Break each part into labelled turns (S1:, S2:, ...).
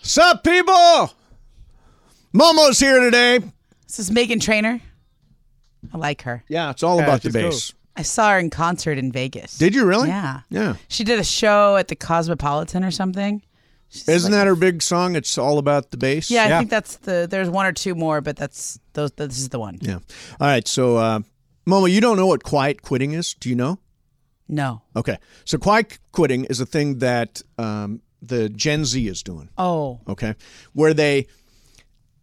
S1: Sup, people? Momo's here today.
S2: This is Megan Trainer. I like her.
S1: Yeah, it's all
S3: Yeah,
S1: about the
S3: she's cool.
S1: bass.
S2: I saw her in concert in Vegas.
S1: Did you really?
S2: Yeah.
S1: Yeah.
S2: She did a show at the Cosmopolitan or something. She's
S1: Isn't
S2: like-
S1: that her big song? It's all about the bass.
S2: Yeah,
S3: Yeah.
S2: I think that's the. There's one or two more, but that's those. This is the one.
S1: Yeah. All right. So, uh, Momo, you don't know what quiet quitting is, do you know?
S2: No.
S1: Okay. So, quiet quitting is a thing that um, the Gen Z is doing.
S2: Oh.
S1: okay where they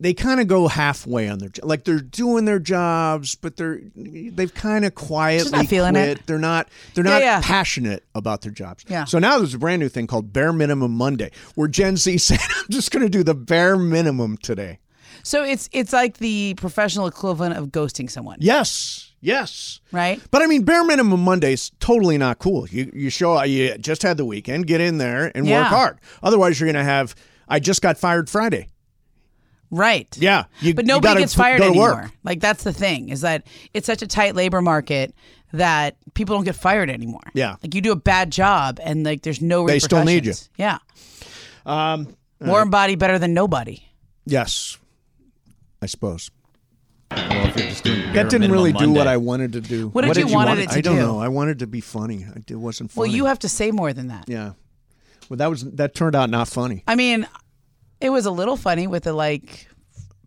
S1: they kind of go halfway on their like they're doing their jobs but they're they've kind of quietly
S2: feeling
S1: quit.
S2: it.
S1: they're not they're
S2: Yeah,
S1: not
S2: yeah.
S1: passionate about their jobs
S2: Yeah.
S1: so now there's a brand new thing called bare minimum monday where gen z said i'm just going to do the bare minimum today
S2: So it's it's like the professional equivalent of ghosting someone,
S1: yes yes
S2: right?
S1: But I mean, bare minimum Monday's totally not cool. You you show up- you just had the weekend, get in there and
S2: Yeah.
S1: work hard. Otherwise, you're gonna have. I just got fired Friday.
S2: Right.
S1: Yeah, you-
S2: but
S1: you
S2: nobody
S1: gotta
S2: gets
S1: f-
S2: fired
S1: go to
S2: anymore.
S1: work.
S2: Like that's the thing is that it's such a tight labor market that people don't get fired anymore.
S1: Yeah.
S2: Like you do a bad job and like there's no
S1: They still need you.
S2: repercussions. Yeah. Um warm body better than nobody.
S1: Yes, I suppose.
S3: Well, if you're just doing bare
S1: That didn't
S3: minimum
S1: really do what
S3: Monday.
S1: I wanted to do.
S2: What did you wanted it to
S1: I don't
S2: do?
S1: know. I wanted to be funny. I- It wasn't
S2: Well,
S1: funny.
S2: you have to say more than that.
S1: yeah. Well, that was that turned out not funny.
S2: I mean, it was a little funny with the like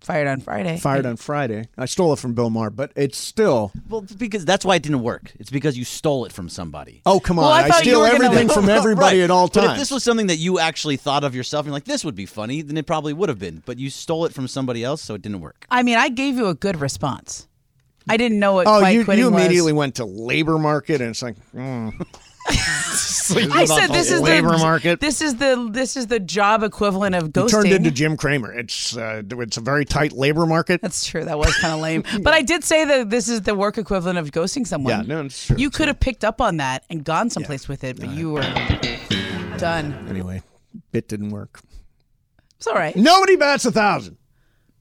S2: fired on Friday.
S1: Fired on Friday. I stole it from Bill Maher, but it's still.
S3: Well, because
S4: because that's why it didn't work. It's because you stole it from somebody.
S1: Oh come on!
S2: Well, I thought you
S1: steal
S2: were gonna,
S1: everything
S2: like-
S1: from everybody
S4: Right.
S1: at all times.
S4: But if this was something that you actually thought of yourself and you're like this would be funny, then it probably would have been. But you stole it from somebody else, so it didn't work.
S2: I mean, I gave you a good response. I didn't know what
S1: oh,
S2: quiet
S1: you,
S2: quitting
S1: you
S2: was.
S1: immediately went to labor market, and it's like, mm.
S2: I said this is
S1: labor
S2: the
S1: market.
S2: This is the this is the job equivalent of ghosting.
S1: turned into Jim Cramer. It's uh, it's a very tight labor market.
S2: That's true. That was kind of lame. But I did say that this is the work equivalent of ghosting someone.
S1: Yeah, no, it's true,
S2: You
S1: it's
S2: could have picked up on that and gone someplace with it, but you were done.
S1: anyway, bit didn't work.
S2: It's all right.
S1: Nobody bats a thousand.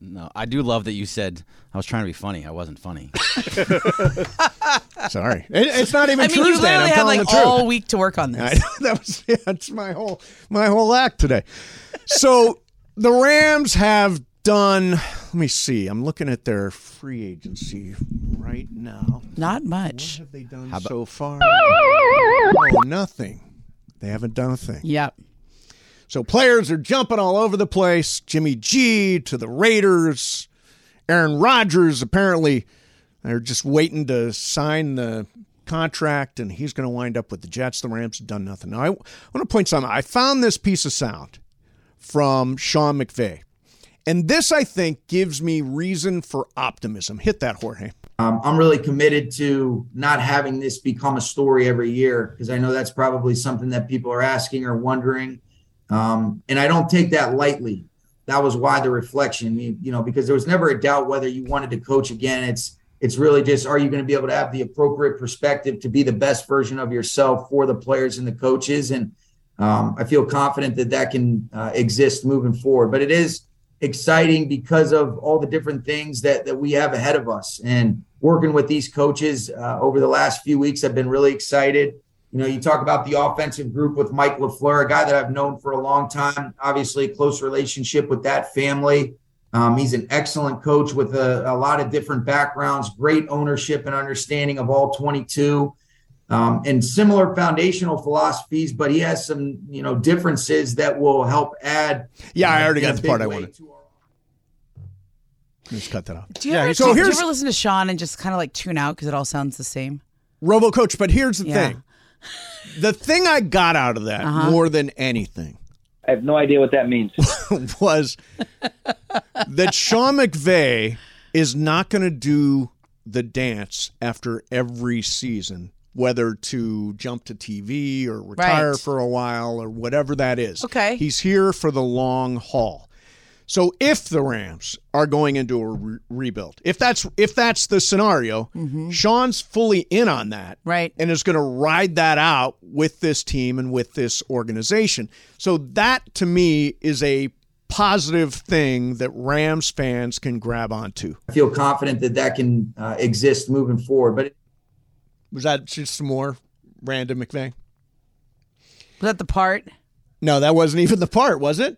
S4: No, I do love that you said I was trying to be funny. I wasn't funny.
S1: Sorry, it, it's not even
S2: I mean,
S1: Tuesday.
S2: you
S1: and I'm
S2: literally had
S1: telling
S2: like
S1: the truth.
S2: all week to work on this.
S1: I, that was yeah, that's my whole my whole act today. So the Rams have done. Let me see. I'm looking at their free agency right now.
S2: Not
S1: What
S2: much.
S1: have they done so far? Oh, nothing. They haven't done a thing.
S2: Yep.
S1: So players are jumping all over the place. Jimmy G to the Raiders. Aaron Rodgers apparently they're just waiting to sign the contract and he's going to wind up with the Jets. The Rams have done nothing. Now I, want to point something. I found this piece of sound from Sean McVay. And this I think gives me reason for optimism. Hit that Jorge.
S5: Um, I'm really committed to not having this become a story every year because I know that's probably something that people are asking or wondering. Um, and I don't take that lightly. That was why the reflection, you, you know, because there was never a doubt whether you wanted to coach again. It's it's really just are you going to be able to have the appropriate perspective to be the best version of yourself for the players and the coaches? And um, I feel confident that that can uh, exist moving forward. But it is exciting because of all the different things that that we have ahead of us and working with these coaches uh, over the last few weeks i've been really excited you know you talk about the offensive group with mike lefleur a guy that i've known for a long time obviously close relationship with that family um, he's an excellent coach with a, a lot of different backgrounds great ownership and understanding of all 22 um, and similar foundational philosophies but he has some you know differences that will help add
S1: Yeah, I already
S5: in a
S1: got the
S5: big
S1: part I
S5: way
S1: wanted.
S5: to our-
S1: Let's cut that off.
S2: Do you,
S1: Yeah,
S2: ever,
S1: so
S2: do you
S1: here's-
S2: ever listen to Sean and just kind of like tune out because it all sounds the same?
S1: Robo Coach, but here's the
S2: Yeah.
S1: thing. The thing I got out of that
S2: Uh-huh.
S1: more than anything
S6: I have no idea what that means.
S1: was that Sean McVay is not going to do the dance after every season, whether to jump to TV or retire
S2: Right.
S1: for a while or whatever that is.
S2: Okay.
S1: He's here for the long haul. So if the Rams are going into a re- rebuild, if that's if that's the scenario,
S2: Mm-hmm.
S1: Sean's fully in on that
S2: Right.
S1: and is going to ride that out with this team and with this organization. So that to me is a positive thing that Rams fans can grab onto.
S5: I feel confident that that can uh, exist moving forward. But
S1: Was that just some more random McVay?
S2: Was that the part?
S1: No, that wasn't even the part, was it?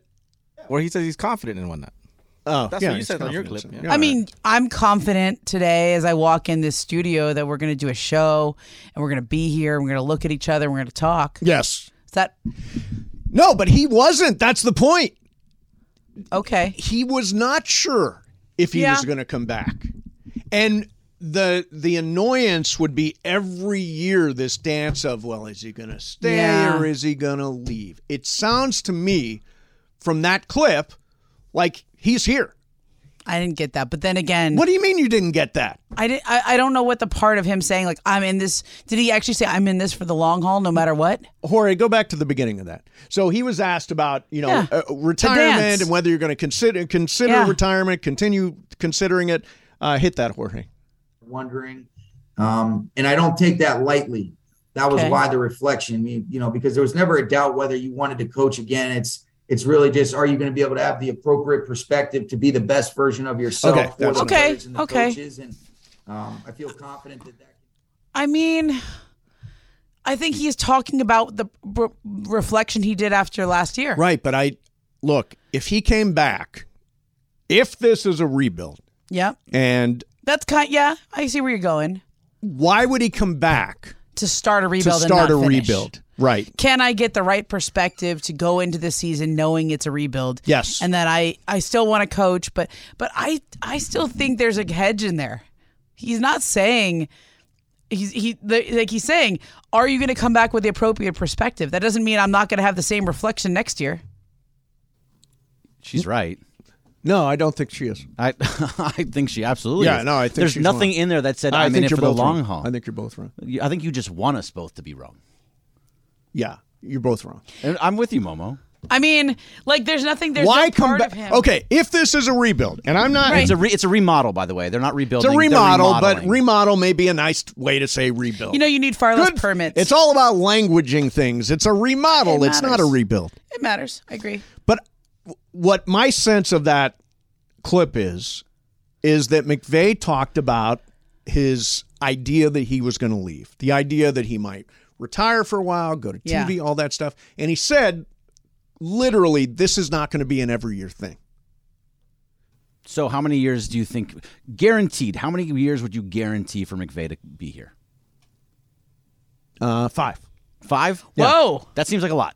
S7: where he says he's confident in whatnot.
S1: Oh,
S7: That's
S1: yeah,
S7: what you
S1: he's
S7: said on your
S1: confident.
S7: clip, yeah.
S1: Yeah.
S2: I mean, I'm confident today as I walk in this studio that we're going to do a show and we're going to be here and we're going to look at each other and we're going to talk. Is
S1: yes.
S2: that
S1: No, but he wasn't. That's the point.
S2: okay?
S1: he was not sure if he
S2: Yeah.
S1: was going to come back. And the the annoyance would be every year this dance of well is he going to stay
S2: Yeah.
S1: or is he going to leave. It sounds to me from that clip like he's here.
S2: I didn't get that. But then again,
S1: What do you mean you didn't get that?
S2: I, did, I I don't know what the part of him saying like I'm in this. Did he actually say I'm in this for the long haul, no matter what?
S1: Jorge, go back to the beginning of that. So he was asked about you know
S2: Yeah.
S1: uh, retirement
S2: dance.
S1: and whether you're going to consider consider
S2: Yeah.
S1: retirement, continue considering it. Uh, hit that, Jorge.
S5: wondering. Um, and I don't take that lightly. That was
S2: Okay.
S5: why the reflection, I mean, you know, because there was never a doubt whether you wanted to coach again. It's it's really just are you going to be able to have the appropriate perspective to be the best version of yourself
S1: Okay,
S5: for
S1: that's
S5: the
S2: Okay,
S5: players and the
S2: okay.
S5: coaches? And um, I feel confident that that.
S2: I mean, I think he's talking about the re- reflection he did after last year.
S1: Right, but I look, if he came back, if this is a rebuild,
S2: Yeah,
S1: and
S2: that's kind. Yeah, I see where you're going
S1: why would he come back
S2: to start a rebuild.
S1: to start
S2: and
S1: a
S2: not finish.
S1: rebuild? Right.
S2: Can I get the right perspective to go into this season knowing it's a rebuild?
S1: Yes.
S2: and that I I still want to coach, but but I I still think there's a hedge in there. He's not saying he's he the, like he's saying, are you going to come back with the appropriate perspective? That doesn't mean I'm not going to have the same reflection next year.
S4: She's right.
S1: no, I don't think she is.
S4: I I think she absolutely.
S1: Yeah,
S4: is.
S1: no, I think
S4: there's
S1: she's
S4: nothing
S1: wrong.
S4: in there that said
S1: I
S4: I'm in
S1: think
S4: it
S1: you're
S4: for the
S1: both
S4: long
S1: wrong.
S4: haul.
S1: I think you're both wrong.
S4: You- I think you just want us both to be wrong.
S1: Yeah, you're both wrong.
S4: And I'm with you, Momo.
S2: I mean, like there's nothing there's
S1: why
S2: no
S1: come
S2: part
S1: back?
S2: of him.
S1: Okay, if this is a rebuild, and I'm not.
S2: Right.
S4: It's a re, it's a remodel, by the way. They're not
S1: It's
S4: rebuilding.
S1: a
S4: they're
S1: remodel, but
S4: remodeling.
S1: remodel may be a nice way to say rebuild.
S2: You know you need far less
S1: Good.
S2: permits.
S1: It's all about languaging things. It's a remodel.
S2: It
S1: it's not a
S2: matters.
S1: rebuild.
S2: it matters. I agree.
S1: But what my sense of that clip is, is that McVeigh talked about his idea that he was going to leave, the idea that he might retire for a while, go to
S2: Yeah.
S1: TV, all that stuff. And he said, literally, this is not going to be an every year thing.
S4: So how many years do you think guaranteed? How many years would you guarantee for McVay to be here?
S1: Uh, five.
S4: Five?
S2: Whoa.
S4: That seems like a lot.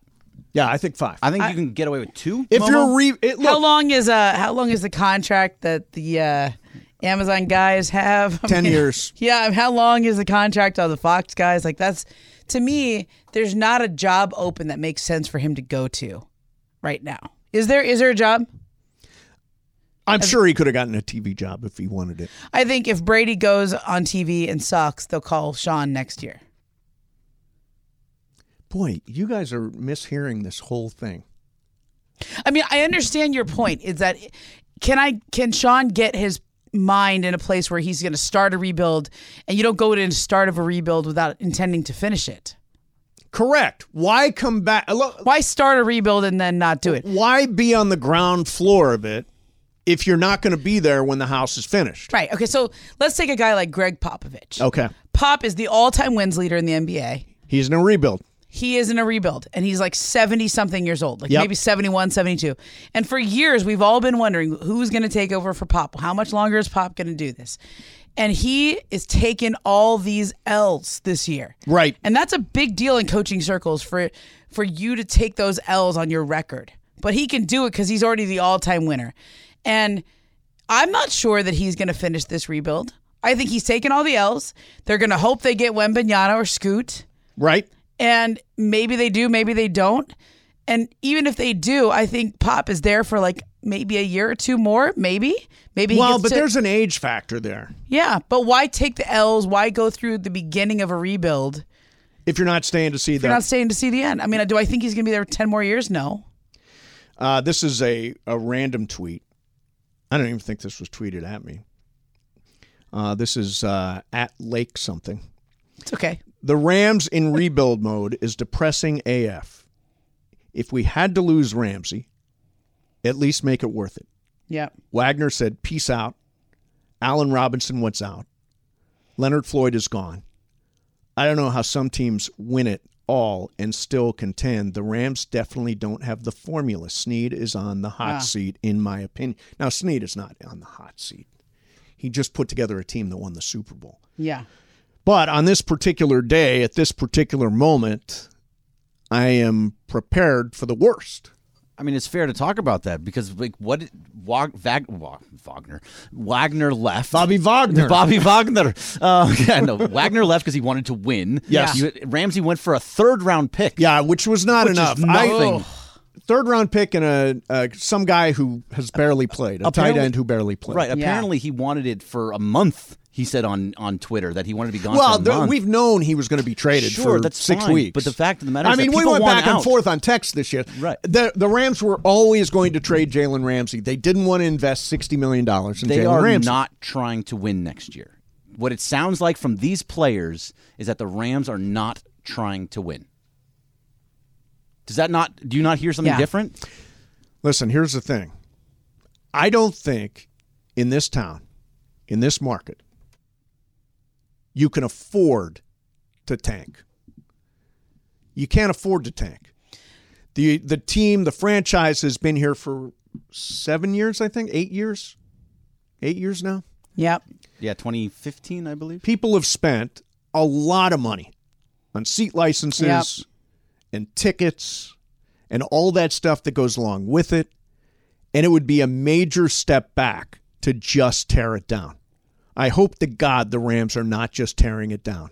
S1: Yeah, I think five.
S4: I think you can get away with two.
S1: if
S4: Momo.
S1: you're re, it,
S2: How
S1: look,
S2: long is uh how long is the contract that the uh Amazon guys have? I
S1: ten
S2: mean-
S1: years.
S2: Yeah, and how long is the contract on the Fox guys? Like that's to me, there's not a job open that makes sense for him to go to right now. Is there is there a job?
S1: I'm sure he could have gotten a TV job if he wanted it.
S2: I think if Brady goes on TV and sucks, they'll call Sean next year.
S1: Boy, you guys are mishearing this whole thing.
S2: I mean, I understand your point. Is that can I can Sean get his mind in a place where he's going to start a rebuild and you don't go to the start of a rebuild without intending to finish it?
S1: Correct. Why come back? Look,
S2: Why start a rebuild and then not do it?
S1: why be on the ground floor of it if you're not going to be there when the house is finished?
S2: Right. Okay, so let's take a guy like Greg Popovich.
S1: Okay.
S2: Pop is the all-time wins leader in the NBA.
S1: He's in a rebuild.
S2: He is in a rebuild and he's like 70 something years old, like
S1: Yep.
S2: maybe 71, 72. And for years we've all been wondering who's going to take over for Pop? How much longer is Pop going to do this? And he is taking all these L's this year.
S1: Right.
S2: And that's a big deal in coaching circles for for you to take those L's on your record. But he can do it cuz he's already the all-time winner. And I'm not sure that he's going to finish this rebuild. I think he's taking all the L's. They're going to hope they get Wembenyana or Scoot.
S1: Right?
S2: And maybe they do, maybe they don't. And even if they do, I think Pop is there for like maybe a year or two more, maybe. Maybe he
S1: Well,
S2: gets
S1: but
S2: to-
S1: there's an age factor there
S2: Yeah, but why take the L's? Why go through the beginning of a rebuild?
S1: if you're not staying to see
S2: You're not
S1: that.
S2: staying to see the end. I mean, do I think he's going to be there 10 more years? No.
S1: Uh, this is a, a random tweet. I don't even think this was tweeted at me. Uh, this is uh, at Lake something.
S2: It's okay.
S1: The Rams in rebuild mode is depressing AF. If we had to lose Ramsey, at least make it worth it.
S2: Yeah.
S1: Wagner said, Peace out. Allen Robinson, what's out? Leonard Floyd is gone. I don't know how some teams win it all and still contend. The Rams definitely don't have the formula. Snead is on the hot
S2: Yeah.
S1: seat, in my opinion. Now, Snead is not on the hot seat. He just put together a team that won the Super Bowl.
S2: Yeah.
S1: But on this particular day, at this particular moment, I am prepared for the worst.
S4: I mean, it's fair to talk about that because like what Wag, Vag, Wa- Wagner Wagner left.
S1: Bobby Wagner.
S4: Bobby Wagner. Uh, yeah, no, Wagner left because he wanted to win.
S1: Yes.
S4: You- Ramsey went for a third round pick.
S1: Yeah, which was not
S4: Which is
S1: enough.
S4: nothing.
S1: I, third round pick and a uh, some guy who has barely played, a tight
S4: Apparently-
S1: end who barely played.
S4: Right. Apparently, he wanted it for a month. He said on, on Twitter that he wanted to be gone.
S1: Well,
S4: for a
S1: there-
S4: month.
S1: we've known he was going to be traded
S4: Sure,
S1: for
S4: that's
S1: six
S4: fine,
S1: weeks.
S4: but the fact of the matter
S1: I
S4: is that
S1: mean, we
S4: people
S1: went
S4: want
S1: back and
S4: out.
S1: forth on text this year.
S4: Right.
S1: The the Rams were always going to trade Jalen Ramsey. They didn't want to invest sixty million dollars in
S4: they
S1: Jalen
S4: are
S1: Ramsey.
S4: not trying to win next year. What it sounds like from these players is that the Rams are not trying to win. Does that not? Do you not hear something
S2: Yeah.
S4: different?
S1: Listen, here's the thing. I don't think in this town, in this market, you can afford to tank. You can't afford to tank. The the team, the franchise has been here for 7 years, I think, 8 years. 8 years now.
S2: Yep.
S4: Yeah, 2015, I believe.
S1: People have spent a lot of money on seat licenses
S2: Yep.
S1: and tickets and all that stuff that goes along with it. And it would be a major step back to just tear it down. I hope to God the Rams are not just tearing it down.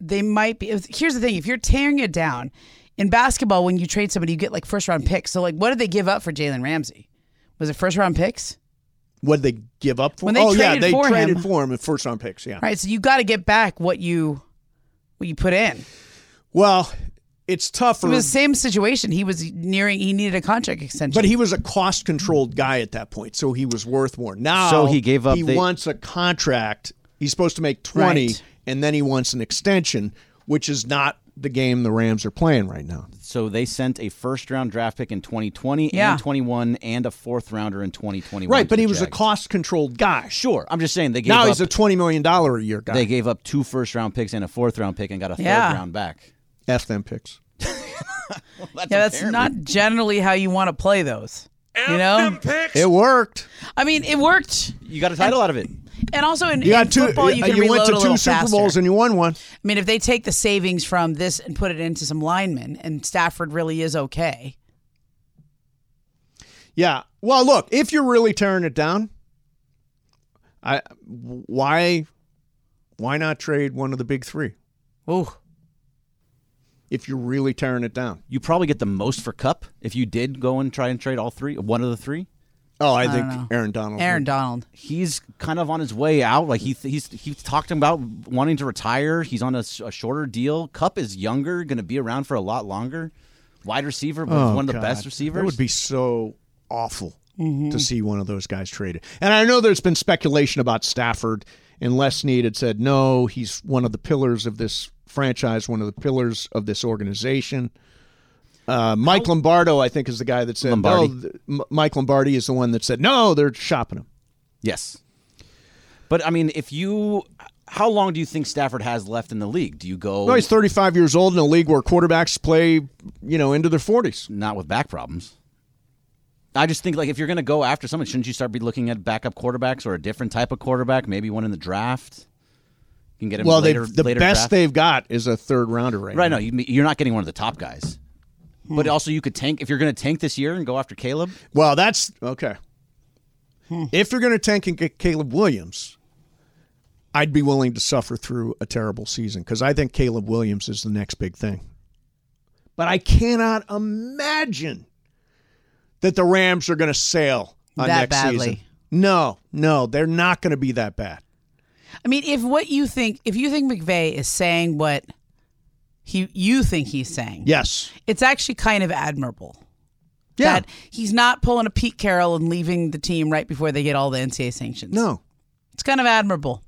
S2: They might be. Here's the thing: if you're tearing it down in basketball, when you trade somebody, you get like first round picks. So, like, what did they give up for Jalen Ramsey? Was it first round picks?
S1: What did they give up for?
S2: When they
S1: oh yeah,
S2: traded
S1: they
S2: for
S1: traded
S2: him.
S1: for him in first round picks. Yeah.
S2: Right. So you got to get back what you what you put in.
S1: Well, it's tougher,
S2: It was the same situation. He was nearing. He needed a contract extension.
S1: but he was a cost controlled guy at that point, so he was worth more. Now,
S4: So he gave up
S1: He
S4: the-
S1: wants a contract. He's supposed to make twenty,
S2: Right.
S1: and then he wants an extension, which is not the game the Rams are playing right now.
S4: So they sent a first round draft pick in 2020
S2: Yeah.
S4: and 21 and a fourth rounder in 2021.
S1: Right,
S4: to
S1: but
S4: the
S1: he was a
S4: Jags.
S1: cost controlled guy.
S4: Sure, I'm just saying they gave
S1: Now
S4: up.
S1: he's a twenty million dollar a year guy.
S4: they gave up two first round picks and a fourth round pick and got a third
S2: Yeah.
S4: round back.
S1: F them picks.
S2: yeah, that's not generally how you want to play those. You know,
S1: It worked.
S2: I mean, it worked,
S4: You got a title out of it.
S2: and also in,
S1: You got
S2: in
S1: two.
S2: football, you
S1: uh,
S2: can
S1: you
S2: reload
S1: went to
S2: a
S1: two
S2: little
S1: Super
S2: faster.
S1: Bowls and you won one.
S2: I mean, if they take the savings from this and put it into some linemen, and Stafford really is okay.
S1: Yeah. Well, look, if you're really tearing it down, I why why not trade one of the big three
S2: Ooh,
S1: if you're really tearing it down?
S4: You probably get the most for Cup if you did go and try and trade all three, one of the three.
S1: Oh, I,
S2: don't know.
S1: think Aaron Donald.
S2: Aaron Donald.
S4: He's kind of on his way out. Like he he's he's talked about wanting to retire. He's on a, s- a shorter deal. Cup is younger, going to be around for a lot longer. Wide receiver, but one of the best receivers.
S1: It Oh, would be so awful
S2: Mm-hmm.
S1: to see one of those guys traded. And I know there's been speculation about Stafford, and Les Snead had said, no, he's one of the pillars of this franchise, one of the pillars of this organization. Uh, Mike Lombardo, I think, is the guy that said,
S4: Lombardi.
S1: no, th- M- Mike Lombardi is the one that said, no, they're shopping him.
S4: Yes. But I mean, if you, how long do you think Stafford has left in the league? Do you go
S1: No, he's 35 years old in a league where quarterbacks play, you know, into their 40s.
S4: not with back problems? I just think like if you're going to go after someone, shouldn't you start be looking at backup quarterbacks or a different type of quarterback, maybe one in the draft? You can get him
S1: Well, they
S4: later.
S1: the
S4: later
S1: best
S4: draft.
S1: they've got is a third rounder right,
S4: Right
S1: now.
S4: now, you, you're not getting one of the top guys.
S1: Hmm.
S4: But also, you could tank if you're going to tank this year and go after Caleb.
S1: Well, that's okay. If you're going to tank and get Caleb Williams, I'd be willing to suffer through a terrible season because I think Caleb Williams is the next big thing. But I cannot imagine that the Rams are going to sail on
S2: That
S1: next season.
S2: badly.
S1: No, no, they're not going to be that bad.
S2: I mean, if what you think, if you think McVay is saying what he you think he's saying,
S1: Yes.
S2: it's actually kind of admirable.
S1: Yeah.
S2: That he's not pulling a Pete Carroll and leaving the team right before they get all the NCAA sanctions.
S1: No.
S2: It's kind of admirable.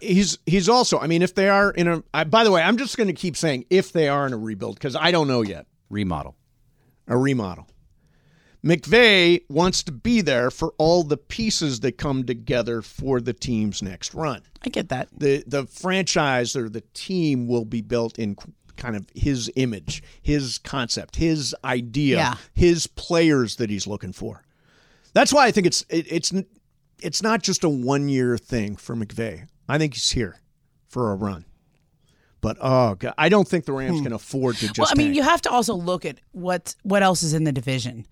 S1: He's he's also. I mean, if they are in a. I, by the way, I'm just going to keep saying if they are in a rebuild because I don't know yet.
S4: Remodel.
S1: a remodel. McVay wants to be there for all the pieces that come together for the team's next run.
S2: I get that.
S1: The the franchise or the team will be built in kind of his image, his concept, his idea,
S2: Yeah.
S1: his players that he's looking for. That's why I think it's it, it's it's not just a one year thing for McVay. I think he's here for a run. But oh god, I don't think the Rams can afford to just.
S2: Hmm. well, I mean,
S1: tank.
S2: you have to also look at what what else is in the division.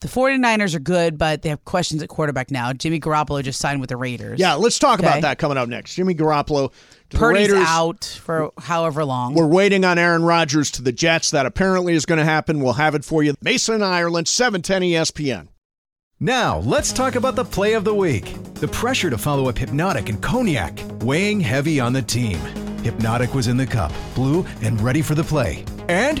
S2: The 49ers are good, but they have questions at quarterback now. Jimmy Garoppolo just signed with the Raiders.
S1: yeah, let's talk
S2: Okay.
S1: about that coming up next. Jimmy Garoppolo, to the
S2: Purdy's
S1: Raiders.
S2: out for however long.
S1: We're waiting on Aaron Rodgers to the Jets. That apparently is going to happen. We'll have it for you. Mason Ireland, seven ten E ESPN.
S7: Now, let's talk about the play of the week. The pressure to follow up Hypnotic and Cognac, weighing heavy on the team. Hypnotic was in the cup, blue, and ready for the play. And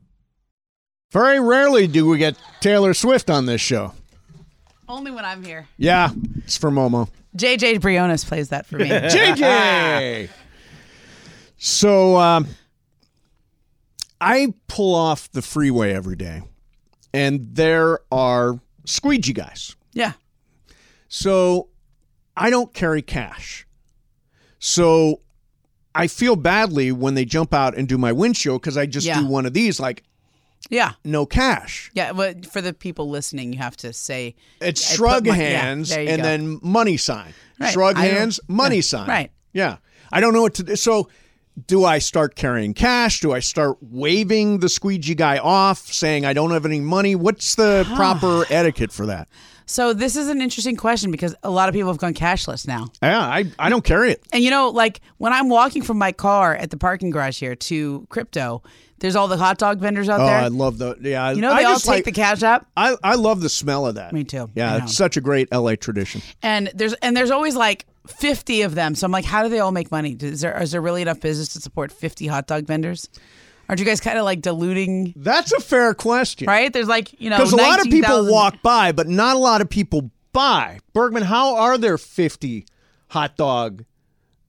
S1: Very rarely do we get Taylor Swift on this show.
S2: Only when I'm here.
S1: Yeah, it's for Momo.
S2: JJ Briones plays that for me.
S1: JJ. so um, I pull off the freeway every day, and there are squeegee guys.
S2: yeah.
S1: So I don't carry cash. So I feel badly when they jump out and do my windshield because I just
S2: Yeah.
S1: do one of these, like
S2: Yeah.
S1: no cash.
S2: Yeah. But for the people listening, you have to say
S1: It's
S2: I put
S1: shrug
S2: my- yeah,
S1: hands
S2: there you
S1: and
S2: go.
S1: then money sign.
S2: Right.
S1: Shrug
S2: I don't-
S1: hands, money
S2: yeah,
S1: sign.
S2: right.
S1: Yeah. I don't know what to do. So do I start carrying cash? Do I start waving the squeegee guy off, saying I don't have any money? What's the proper etiquette for that?
S2: So this is an interesting question because a lot of people have gone cashless now.
S1: Yeah, I, I don't carry it.
S2: And you know, like when I'm walking from my car at the parking garage here to crypto, there's all the hot dog vendors out
S1: Oh,
S2: there.
S1: I love the yeah. I-
S2: you know,
S1: I
S2: they all
S1: just
S2: take
S1: like-
S2: the cash app.
S1: I, I love the smell of that.
S2: Me too. I
S1: Yeah,
S2: know.
S1: it's such a great LA tradition.
S2: and there's and there's always like 50 of them. So I'm like, how do they all make money? Is there is there really enough business to support 50 hot dog vendors? Aren't you guys kind of like diluting?
S1: That's a fair question.
S2: Right? Oh, There's like you know
S1: Because a lot of people
S2: 19,000
S1: walk by, but not a lot of people buy. Bergman, how are there 50 hot dog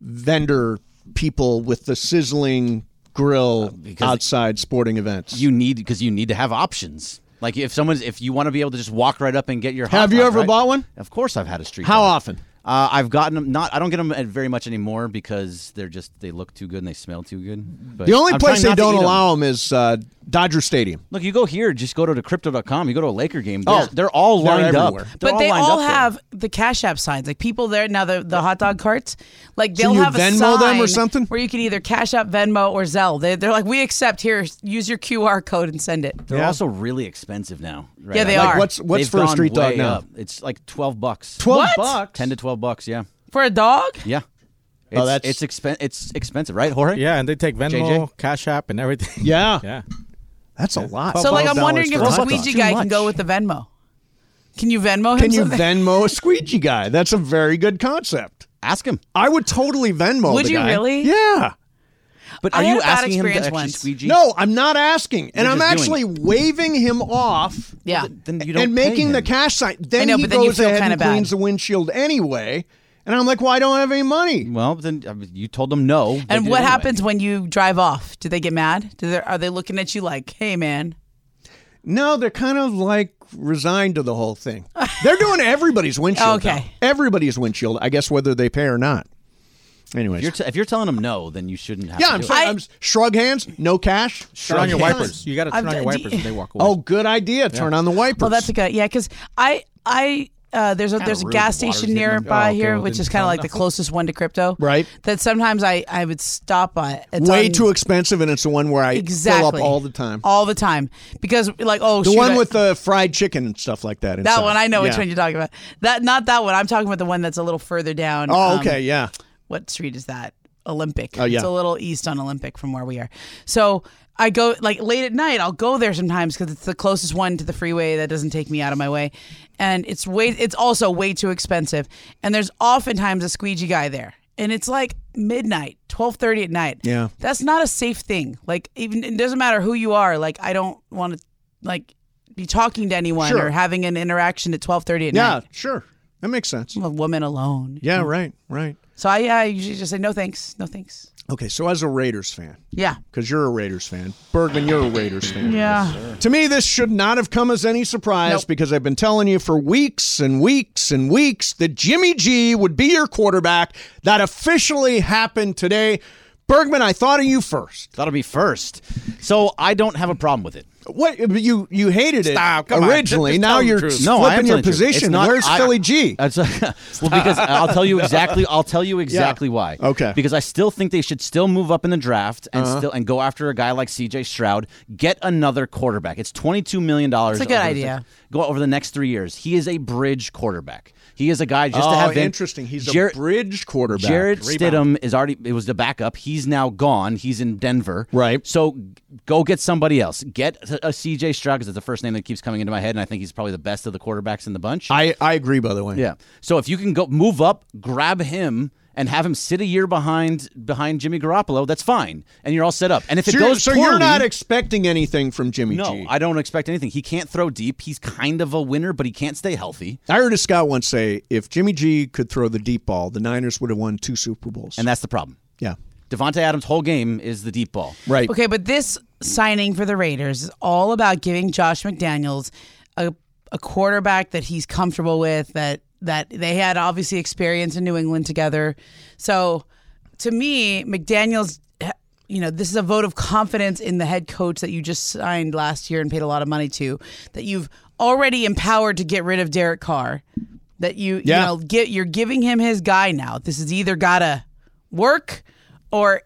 S1: vendor people with the sizzling grill outside sporting events?
S4: Uh, You need because you need to have options. Like if someone's if you want to be able to just walk right up and get your. hot
S1: Have you
S4: dog,
S1: ever
S4: right?
S1: bought one?
S4: Of course, I've had a street.
S1: how
S4: dog.
S1: often?
S4: Uh, I've gotten them. Not I don't get them very much anymore because they're just they look too good and they smell too good. But
S1: The only
S4: I'm
S1: place
S4: trying
S1: they
S4: not to
S1: don't
S4: eat 'em.
S1: allow them is uh, Dodger Stadium.
S4: Look, you go here, just go to the crypto.com. You go to a Laker game. They're, they're all
S1: Oh. they're
S4: lined up.
S1: everywhere.
S4: They're
S2: but they
S4: lined
S2: all
S4: up there.
S2: have the cash app signs. Like people there now, the, the hot dog carts, like they'll
S1: you
S2: have a
S1: Venmo
S2: sign
S1: them or something?
S2: where you can either cash app, Venmo, or Zelle. They, they're like, we accept here. Use your QR code and send it.
S4: They're also really expensive now. Right
S2: Yeah, they
S4: Like,
S2: are.
S1: What's what's
S4: they've
S1: for a
S4: gone
S1: street dog
S4: way
S1: now?
S4: up. It's like twelve bucks.
S1: 12
S2: What?
S1: bucks.
S4: Ten to twelve bucks. Yeah,
S2: For a dog?
S4: yeah. It's,
S1: Oh, that's-
S4: it's expen- It's expensive, right, Jorge?
S3: Yeah, and they take Venmo,
S4: JJ?
S3: Cash App, and everything.
S1: Yeah.
S3: yeah.
S1: That's a lot.
S2: So like, I'm wondering if
S1: for a
S2: the
S1: hot dog.
S2: squeegee
S1: Too
S2: guy can
S1: much.
S2: go with the Venmo. Can you Venmo him?
S1: Can you
S2: something?
S1: Venmo a squeegee guy? That's a very good concept.
S4: Ask him.
S1: I would totally Venmo.
S2: Would
S1: the
S2: you
S1: guy.
S2: really?
S1: Yeah.
S4: But
S2: I
S4: are
S2: had
S4: you
S2: a bad
S4: asking him to
S2: experience
S4: actually
S2: once.
S4: squeegee?
S1: No, I'm not asking, and
S4: You're
S1: I'm
S4: just doing
S1: actually waving him off.
S2: Yeah.
S4: Then you don't
S1: and
S4: pay
S1: making the
S4: him.
S1: cash sign. Then
S2: know,
S1: he
S2: but then you
S1: goes
S2: feel
S1: ahead
S2: kinda
S1: and cleans
S2: bad.
S1: the windshield anyway. And I'm like, well, I don't have any money.
S4: Well, then I mean, you told them no. They
S2: And
S4: did it
S2: what
S4: anyway.
S2: happens when you drive off? Do they get mad? Do they, are they looking at you like, hey, man?
S1: No, they're kind of like resigned to the whole thing. They're doing everybody's windshield.
S2: Okay.
S1: now. everybody's windshield. I guess whether they pay or not. Anyways,
S4: If you're, t- if you're telling them no, then you shouldn't have.
S1: yeah,
S4: to
S1: I'm
S4: do it.
S1: sorry.
S2: I-
S1: I'm s- shrug hands, no cash.
S3: Turn on your
S1: hands.
S3: wipers. You got to
S2: I've
S3: turn on
S2: done-
S3: your
S2: do
S3: wipers
S2: you-
S3: when they walk away.
S1: Oh, good idea. Turn on the wipers.
S2: Well, that's a good, yeah, because I, I, uh, there's a there's a
S4: rude
S2: gas
S4: the water's
S2: station
S4: hitting them.
S2: nearby
S4: Oh, okay,
S2: here,
S4: well, it
S2: which
S4: didn't
S2: is kind of
S4: tell
S2: like the
S4: nothing.
S2: closest one to crypto.
S1: Right.
S2: That sometimes I I would stop by. It's
S1: Way
S2: on-
S1: too expensive, and it's the one where I
S2: exactly
S1: fill up all the time.
S2: all the time because like oh
S1: the
S2: shoot,
S1: one
S2: I-
S1: with the fried chicken and stuff like that.
S2: that
S1: inside.
S2: one I know which
S1: Yeah.
S2: one you're talking about. That not that one. I'm talking about the one that's a little further down.
S1: Oh,
S2: um,
S1: okay, yeah.
S2: what street is that? Olympic.
S1: Oh, yeah.
S2: It's a little east on Olympic from where we are. So I go like late at night. I'll go there sometimes because it's the closest one to the freeway that doesn't take me out of my way, and it's way. It's also way too expensive, and there's oftentimes a squeegee guy there, and it's like midnight, twelve thirty at night.
S1: Yeah.
S2: that's not a safe thing. Like even it doesn't matter who you are. Like I don't want to like be talking to anyone
S1: Sure.
S2: or having an interaction at twelve thirty at
S1: Yeah,
S2: night.
S1: sure. That makes sense.
S2: I'm a woman alone.
S1: Yeah, right, right.
S2: So I, I usually just say no thanks, no thanks.
S1: Okay, so as a Raiders fan,
S2: Yeah.
S1: because you're a Raiders fan, Bergman, you're a Raiders fan.
S2: Yeah.
S1: To me, this should not have come as any surprise because I've been telling you for weeks and weeks and weeks that Jimmy G would be your quarterback. That officially happened today. Bergman, I thought of you first.
S4: That'll be first. So I don't have a problem with it.
S1: What you you hated it
S3: Stop, come on,
S1: originally?
S3: just
S1: now
S3: tell the
S1: you're
S3: truth.
S4: No, I am
S1: flipping your
S4: telling the truth. It's
S1: position.
S4: not-
S1: Where's
S4: I- Uh,
S1: Philly G?
S4: That's well, because I'll tell you exactly. I'll tell you exactly why.
S1: Okay. Uh-huh.
S4: Because I still think they should still move up in the draft and still and go after a guy like C.J. Stroud. Get another quarterback. It's twenty two million dollars.
S2: That's a good idea.
S4: go over the next three years. He is a bridge quarterback. He is a guy just
S1: oh,
S4: to have in-
S1: interesting. He's
S4: Jared-
S1: a bridge quarterback.
S4: Jared Stidham is already it was the backup. He's now gone. He's in Denver.
S1: Right.
S4: So g- go get somebody else. Get a, a CJ Stroud because it's the first name that keeps coming into my head, and I think he's probably the best of the quarterbacks in the bunch.
S1: I I agree. By the way,
S4: yeah. So if you can go move up, grab him. And have him sit a year behind behind Jimmy Garoppolo. That's fine, and you're all set up. And if it
S1: So, you're,
S4: goes
S1: so
S4: poorly,
S1: you're not expecting anything from Jimmy
S4: no,
S1: G.
S4: I don't expect anything. He can't throw deep. He's kind of a winner, but he can't stay healthy.
S1: I heard a scout once say, if Jimmy G could throw the deep ball, the Niners would have won two Super Bowls.
S4: And that's the problem.
S1: yeah,
S4: Devonte Adams' whole game is the deep ball.
S1: right.
S2: Okay, but this signing for the Raiders is all about giving Josh McDaniels a, a quarterback that he's comfortable with, that that they had obviously experience in New England together. So to me, McDaniels you know, this is a vote of confidence in the head coach that you just signed last year and paid a lot of money to, that you've already empowered to get rid of Derek Carr. That you
S1: Yeah.
S2: you know get you're giving him his guy now. This is either gotta work or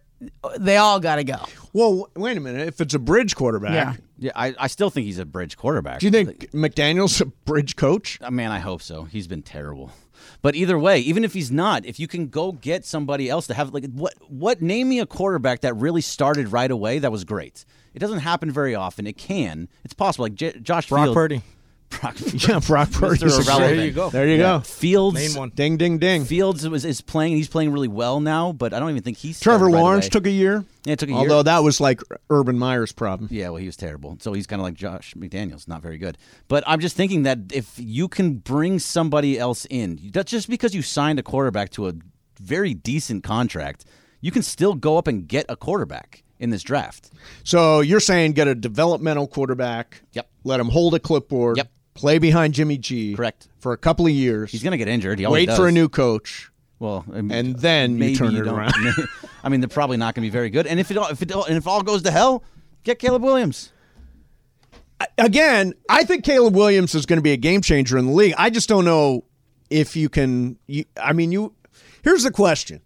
S2: they all gotta go.
S1: Well, w- wait a minute. If it's a bridge quarterback,
S2: Yeah.
S4: Yeah, I, I still think he's a bridge quarterback.
S1: do you think McDaniel's a bridge coach?
S4: Uh, Man, I hope so. He's been terrible. But either way, even if he's not, if you can go get somebody else to have like what what name me a quarterback that really started right away that was great. It doesn't happen very often. It can. It's possible. Like J- Josh
S3: Brock
S4: Fields.
S3: Purdy.
S4: Brock
S1: Yeah, Brock Purdy's a
S4: Irrelevant.
S1: great-
S3: There you go.
S1: There you
S4: Yeah.
S1: go.
S4: Fields.
S3: Name one.
S1: Ding, ding, ding.
S4: Fields was, is playing. He's playing really well now, but I don't even think he's.
S1: Trevor Lawrence took a year.
S4: Yeah, it took a year.
S1: Although that was like Urban Meyer's problem.
S4: Yeah, well, he was terrible. So he's kind of like Josh McDaniels, not very good. But I'm just thinking that if you can bring somebody else in, that's just because you signed a quarterback to a very decent contract, you can still go up and get a quarterback in this draft.
S1: So you're saying get a developmental quarterback.
S4: Yep.
S1: Let him hold a clipboard.
S4: Yep.
S1: Play behind Jimmy G.
S4: Correct.
S1: For a couple of years.
S4: He's going to get injured. He always
S1: wait
S4: does.
S1: for a new coach.
S4: Well,
S1: And then you turn it around.
S4: I mean, they're probably not going to be very good. And if it all, if it all, and if all goes to hell, get Caleb Williams.
S1: again, I think Caleb Williams is going to be a game changer in the league. I just don't know if you can. You, I mean, you. Here's the question,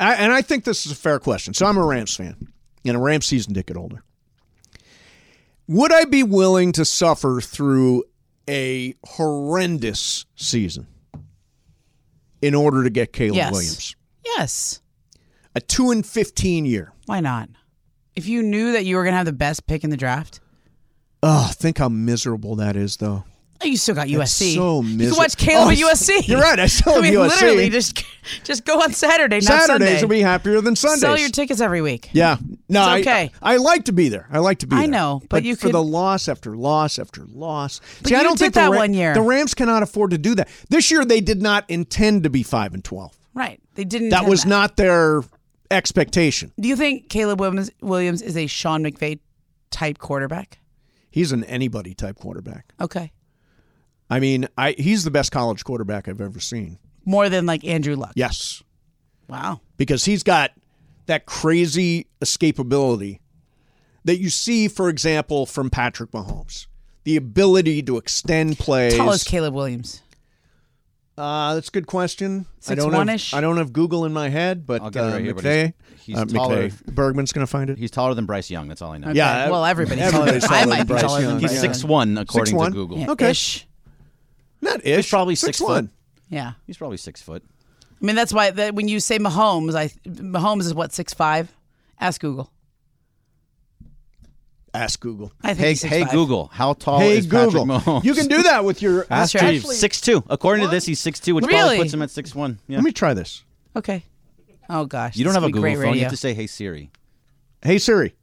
S1: I, and I think this is a fair question. So I'm a Rams fan and a Rams season ticket holder. Would I be willing to suffer through a horrendous season in order to get Caleb
S2: Yes.
S1: Williams?
S2: Yes.
S1: A two and fifteen year.
S2: Why not? If you knew that you were gonna have the best pick in the draft,
S1: Oh, think how miserable that is, though.
S2: oh, you still got USC.
S1: so
S2: You
S1: miser-
S2: can watch Caleb
S1: Oh,
S2: at USC.
S1: you're right, I still have
S2: mean,
S1: USC.
S2: literally, just just go on Saturday, not
S1: Saturdays
S2: Sunday.
S1: will be happier than Sundays.
S2: Sell your tickets every week.
S1: Yeah. No,
S2: It's
S1: I-
S2: okay.
S1: I, I like to be there. I like to be
S2: I
S1: there.
S2: know, but you
S1: for
S2: could-
S1: the loss after loss after loss. See, I
S2: you
S1: don't
S2: did
S1: think the
S2: that
S1: Ra-
S2: one year.
S1: The Rams cannot afford to do that. This year they did not intend to be 5 and 12.
S2: Right. They didn't.
S1: That
S2: intend
S1: was not their expectation.
S2: Do you think Caleb Williams, Williams is a Sean McVay type quarterback?
S1: He's an anybody type quarterback.
S2: Okay.
S1: I mean, I he's the best college quarterback I've ever seen.
S2: More than like Andrew Luck.
S1: Yes.
S2: Wow.
S1: because he's got that crazy escapability that you see, for example, from Patrick Mahomes. The ability to extend plays.
S2: Tall as Caleb Williams.
S1: Uh, that's a good question. I
S2: Six
S1: don't have-
S2: one-ish?
S1: I don't have Google in my head, but
S4: I'll get it
S1: uh,
S4: right here, but
S1: McVeigh-
S4: he's- he's
S1: uh,
S4: taller.
S1: McVeigh. Bergman's going to find it.
S4: He's taller than Bryce Young. That's all I know.
S2: Okay.
S1: Yeah,
S2: Well, everybody's,
S1: everybody's
S2: taller. I
S1: taller
S2: might
S1: than
S2: be
S1: Bryce
S2: taller than
S1: Young.
S4: He's
S2: Bryce.
S1: Yeah.
S4: six one according to
S1: 6'1"?
S4: Google.
S2: Yeah,
S1: Okay.
S2: ish.
S1: Not ish.
S4: He's probably six, foot.
S1: one.
S2: Yeah.
S4: He's probably six foot.
S2: I mean, that's why that when you say Mahomes, I Mahomes is what six five. Ask Google.
S1: Ask Google.
S2: I think
S4: Hey,
S2: he's
S4: hey
S2: 6'5".
S4: Google, how tall
S1: hey
S4: Oh, is
S1: Google,
S4: Patrick Mahomes?
S1: you can do that with your.
S3: Ask
S2: right.
S3: Jeeves.
S4: six two. According to this, he's six two, which
S2: Really?
S4: probably puts him at six one. Yeah.
S1: Let me try this.
S2: Okay. Oh gosh.
S4: you don't
S2: this
S4: have a
S2: would be
S4: Google phone.
S2: great
S4: You
S2: radio.
S4: have to say, "Hey Siri."
S1: Hey Siri,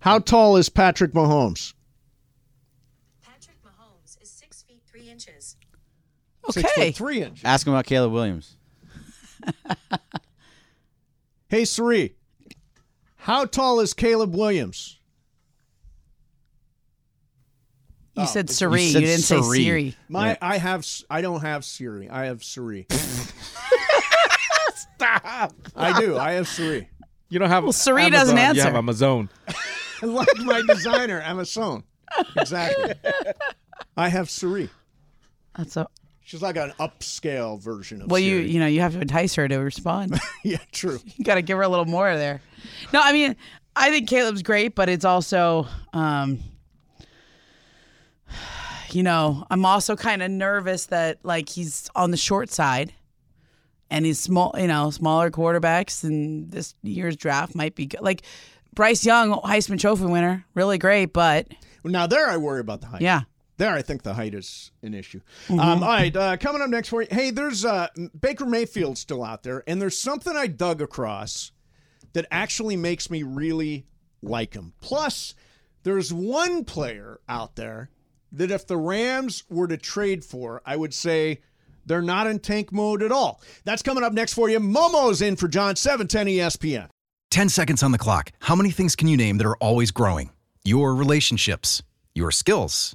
S1: how tall is Patrick Mahomes?
S8: Patrick Mahomes is 6 feet 3 inches.
S1: Six
S2: okay.
S1: foot three inches.
S4: Ask him about Caleb Williams.
S1: Hey Siri, how tall is Caleb Williams?
S2: You said Siri. You,
S4: Oh, said
S2: didn't say
S4: Siri.
S2: Siri.
S1: My, I have, s- I don't have Siri. I have Siri. Stop. I do. I have Siri.
S3: You don't have. Well,
S2: Siri doesn't
S3: You have
S2: answer.
S3: Amazon.
S1: I like my designer, Amazon. Exactly. I have Siri.
S2: That's a,
S1: She's like an upscale version of
S2: well, you
S1: Siri.
S2: you know you have to entice her to respond.
S1: yeah, true.
S2: you got to give her a little more there. No, I mean, I think Caleb's great, but it's also, um, you know, I'm also kind of nervous that like he's on the short side, and he's small. You know, smaller quarterbacks in this year's draft might be good. Like Bryce Young, Heisman Trophy winner, really great, but
S1: Now there, I worry about the height.
S2: yeah,
S1: There, I think the height is an issue. Um, all right, uh, coming up next for you. Hey, there's uh, Baker Mayfield still out there, and there's something I dug across that actually makes me really like him. Plus, there's one player out there that if the Rams were to trade for, I would say they're not in tank mode at all. That's coming up next for you. Momo's in for John E 710 ESPN.
S7: 10 seconds on the clock. How many things can you name that are always growing? Your relationships, your skills,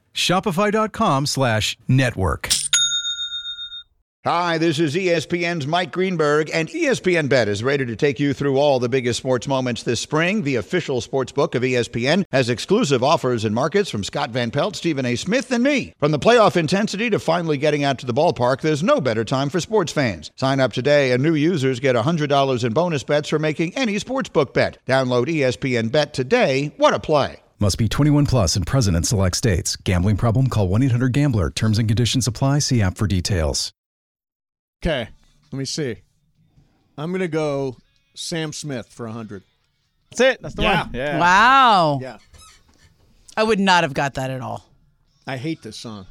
S7: Shopify.com slash network.
S9: Hi, this is E ESPN's Mike Greenberg, and E ESPN Bet is ready to take you through all the biggest sports moments this spring. The official sports book of E ESPN has exclusive offers and markets from Scott Van Pelt, Stephen A. Smith, and me. From the playoff intensity to finally getting out to the ballpark, there's no better time for sports fans. Sign up today, and new users get $100 in bonus bets for making any sportsbook bet. Download ESPN Bet today. What a play!
S7: Must be 21 plus and present in select states. Gambling problem? Call 1-800-GAMBLER. Terms and conditions apply. See app for details.
S1: Okay, let me see. I'm gonna go Sam Smith for hundred.
S3: That's it. That's the
S1: Yeah.
S3: one. Yeah.
S2: wow,
S1: Yeah,
S2: I would not have got that at all.
S1: I hate this song.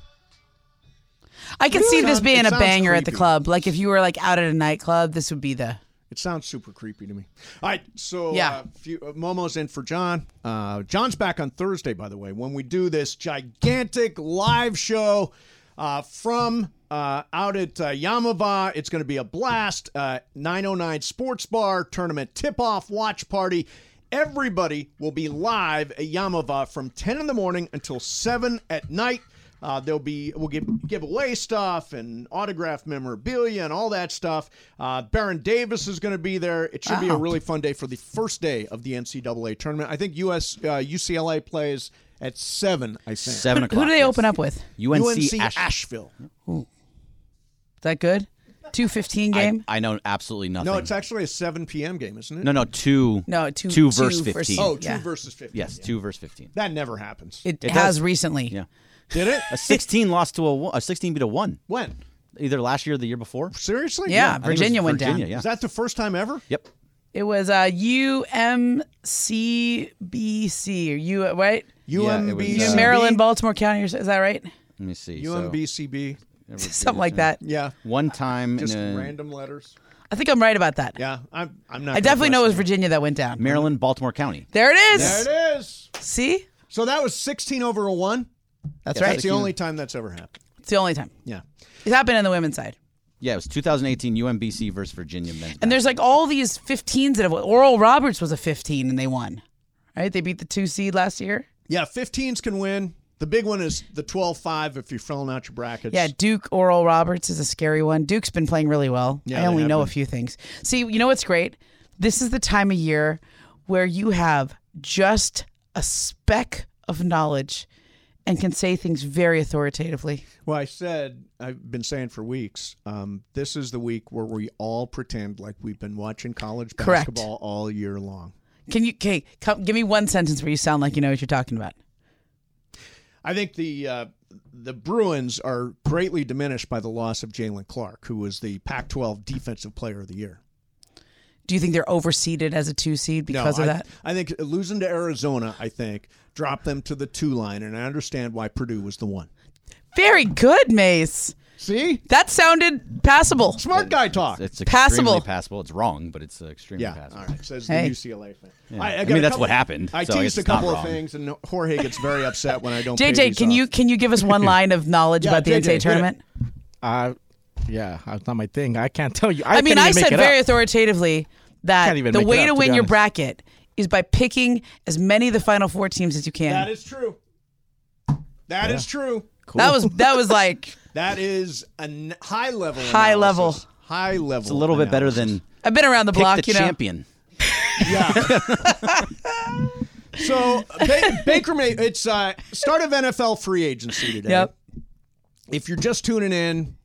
S2: I could see this
S1: Sound-
S2: being
S1: it
S2: a
S1: sounds
S2: banger at the
S1: creepy.
S2: club. Like if you were like out at a nightclub, this would be the
S1: It sounds super creepy to me. All right, so
S2: Yeah.
S1: uh, few, uh, Momo's in for John. Uh, John's back on Thursday, by the way, when we do this gigantic live show uh, from uh, out at uh, Yamava. It's going to be a blast. Uh, 909 Sports Bar tournament tip off watch party. Everybody will be live at Yamava from 10 in the morning until 7 at night. Uh, there'll be we'll give give away stuff and autograph memorabilia and all that stuff. Uh, Baron Davis is going to be there. It should be a really fun day for the first day of the NCAA tournament. I think US uh, UCLA plays at seven. I think
S4: Seven
S2: Who
S4: o'clock.
S2: do they
S4: yes.
S2: open up with? Is
S4: UNC,
S1: UNC
S4: Ash-
S1: Asheville.
S2: that good? Two fifteen
S4: I-
S2: game.
S4: I, know absolutely nothing.
S1: No, it's actually a seven p.m. game, isn't it?
S4: no, no, two.
S2: no, two
S4: two verse
S2: two
S4: fifteen.
S1: Oh, two
S2: yeah.
S1: versus fifteen.
S4: yes, two verse fifteen.
S1: That never happens.
S2: It,
S4: It
S2: has
S4: does.
S2: recently.
S4: Yeah,
S1: Did it?
S4: a sixteen lost to a, one- a sixteen beat a one
S1: when?
S4: either last year or the year before.
S1: Seriously?
S2: Yeah,
S4: I think it was
S2: Virginia went
S4: Virginia,
S2: down.
S4: Yeah.
S1: Is that the first time ever?
S4: yep.
S2: It was uh, UMCBC or U right?
S4: Yeah, it was,
S1: UMBC.
S4: uh,
S2: Maryland, Baltimore County, or is that right?
S4: Let me see. so-
S1: UMBCB.
S2: Something like that.
S1: Yeah.
S4: One time
S1: Just
S4: in uh, a
S1: random letters.
S2: I think I'm right about that.
S1: Yeah, I'm. I'm not. gonna
S2: I definitely know it was
S1: question
S2: Virginia that went down.
S4: Maryland, Baltimore County.
S2: There it is.
S1: it. There it is.
S2: See,
S1: So that was 16 over a one.
S2: that's
S4: Yeah,
S2: right.
S1: That's the only time that's ever happened.
S2: It's the only time
S1: Yeah.
S2: it happened on the women's side.
S4: Yeah, it was 2018 UMBC versus Virginia men's.
S2: And there's like all these 15s that have. Oral Roberts was a 15 and they won, right? They beat the two seed last year.
S1: Yeah, 15s can win. The big one is the 12 5 if you're filling out your brackets.
S2: Yeah, Duke Oral Roberts is a scary one. Duke's been playing really well.
S1: Yeah,
S2: I
S1: they
S2: only
S1: have
S2: know a
S1: been.
S2: few things. See, you know what's great? This is the time of year where you have just a speck of knowledge and can say things very authoritatively.
S1: Well, I said, I've been saying for weeks, um, this is the week where we all pretend like we've been watching college
S2: Correct.
S1: basketball all year long.
S2: Can you, okay, come, give me one sentence where you sound like you know what you're talking about.
S1: I think the uh, the Bruins are greatly diminished by the loss of Jalen Clark, who was the Pac 12 Defensive Player of the Year.
S2: Do you think they're overseeded as a two seed because
S1: no,
S2: of
S1: I,
S2: that?
S1: I think losing to Arizona, I think, dropped them to the two line, and I understand why Purdue was the one.
S2: Very good, Mace.
S1: See?
S2: That sounded passable.
S1: Smart guy talk.
S4: It's
S2: Passable.
S4: extremely passable. It's wrong, but it's uh, extremely
S1: Yeah,
S4: passable.
S1: all right. Says
S2: Hey.
S1: the UCLA fan.
S4: Yeah. I
S1: got
S4: mean,
S1: a
S4: that's
S1: couple-
S4: what happened,
S1: I
S4: so I guess
S1: teased a
S4: it's not
S1: couple of
S4: wrong.
S1: things, and Jorge gets very upset when I don't. pay
S2: JJ,
S1: these
S2: can
S1: off.
S2: you can you give us one line of knowledge
S1: Yeah,
S2: about the
S1: JJ, hit
S2: NCAA
S1: it.
S2: tournament?
S3: I, Uh, yeah, that's not my thing. I can't tell you. I,
S2: I mean,
S3: couldn't
S2: I said
S3: even make it up.
S2: very authoritatively that
S3: Can't even
S2: the
S3: make it
S2: way
S3: up,
S2: to
S3: to
S2: win
S3: be
S2: your
S3: honest.
S2: bracket is by picking as many of the final four teams as you can.
S1: That is true. That is true.
S3: Cool.
S2: That was that was like
S1: That is a n- high level.
S2: High level.
S1: analysis. High level.
S4: It's a little bit better than
S2: I've been around the
S4: pick
S2: block,
S4: the
S2: you know.
S4: champion.
S1: So ba- Baker May, it's uh, start of NFL free agency today.
S2: Yep.
S1: If you're just tuning in,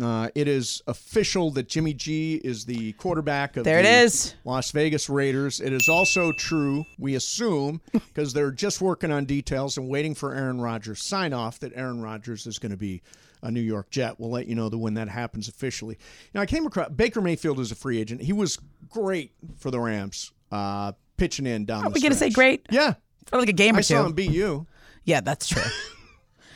S1: uh, it is official that Jimmy G is the quarterback of
S2: There it
S1: the
S2: is.
S1: Las Vegas Raiders. It is also true, we assume, because they're just working on details and waiting for Aaron Rodgers' sign off that Aaron Rodgers is going to be a New York Jet. We'll let you know the when that happens officially. Now, I came across Baker Mayfield is a free agent. He was great for the Rams, uh, pitching in down.
S2: Are
S1: the
S2: we gonna say
S1: stretch.
S2: great
S1: Yeah,
S2: for like a game
S1: I
S2: or two?
S1: saw him beat you,
S2: Yeah, that's true.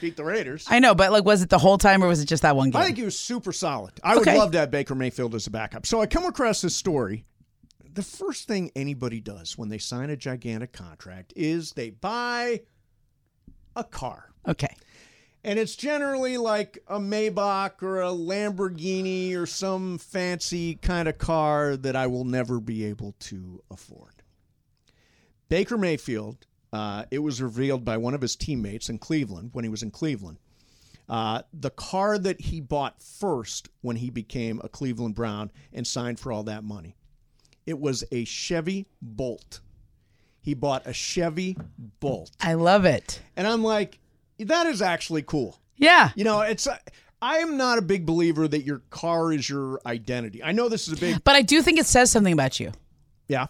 S1: beat the Raiders. I,
S2: I know, but like, was it the whole time or was it just that one game?
S1: think he was super solid. I would
S2: Okay.
S1: love to have Baker Mayfield as a backup. So I come across this story. The first thing anybody does when they sign a gigantic contract is they buy a car.
S2: okay,
S1: And it's generally like a Maybach or a Lamborghini or some fancy kind of car that I will never be able to afford. Baker Mayfield, uh, it was revealed by one of his teammates in Cleveland when he was in Cleveland. Uh, the car that he bought first when he became a Cleveland Brown and signed for all that money, it was a Chevy Bolt. He bought a Chevy Bolt,
S2: I love it.
S1: and I'm like, that is actually cool.
S2: Yeah,
S1: You know, it's I am not a big believer that your car is your identity. I know this is a big
S2: but I do think it says something about you.
S1: yeah.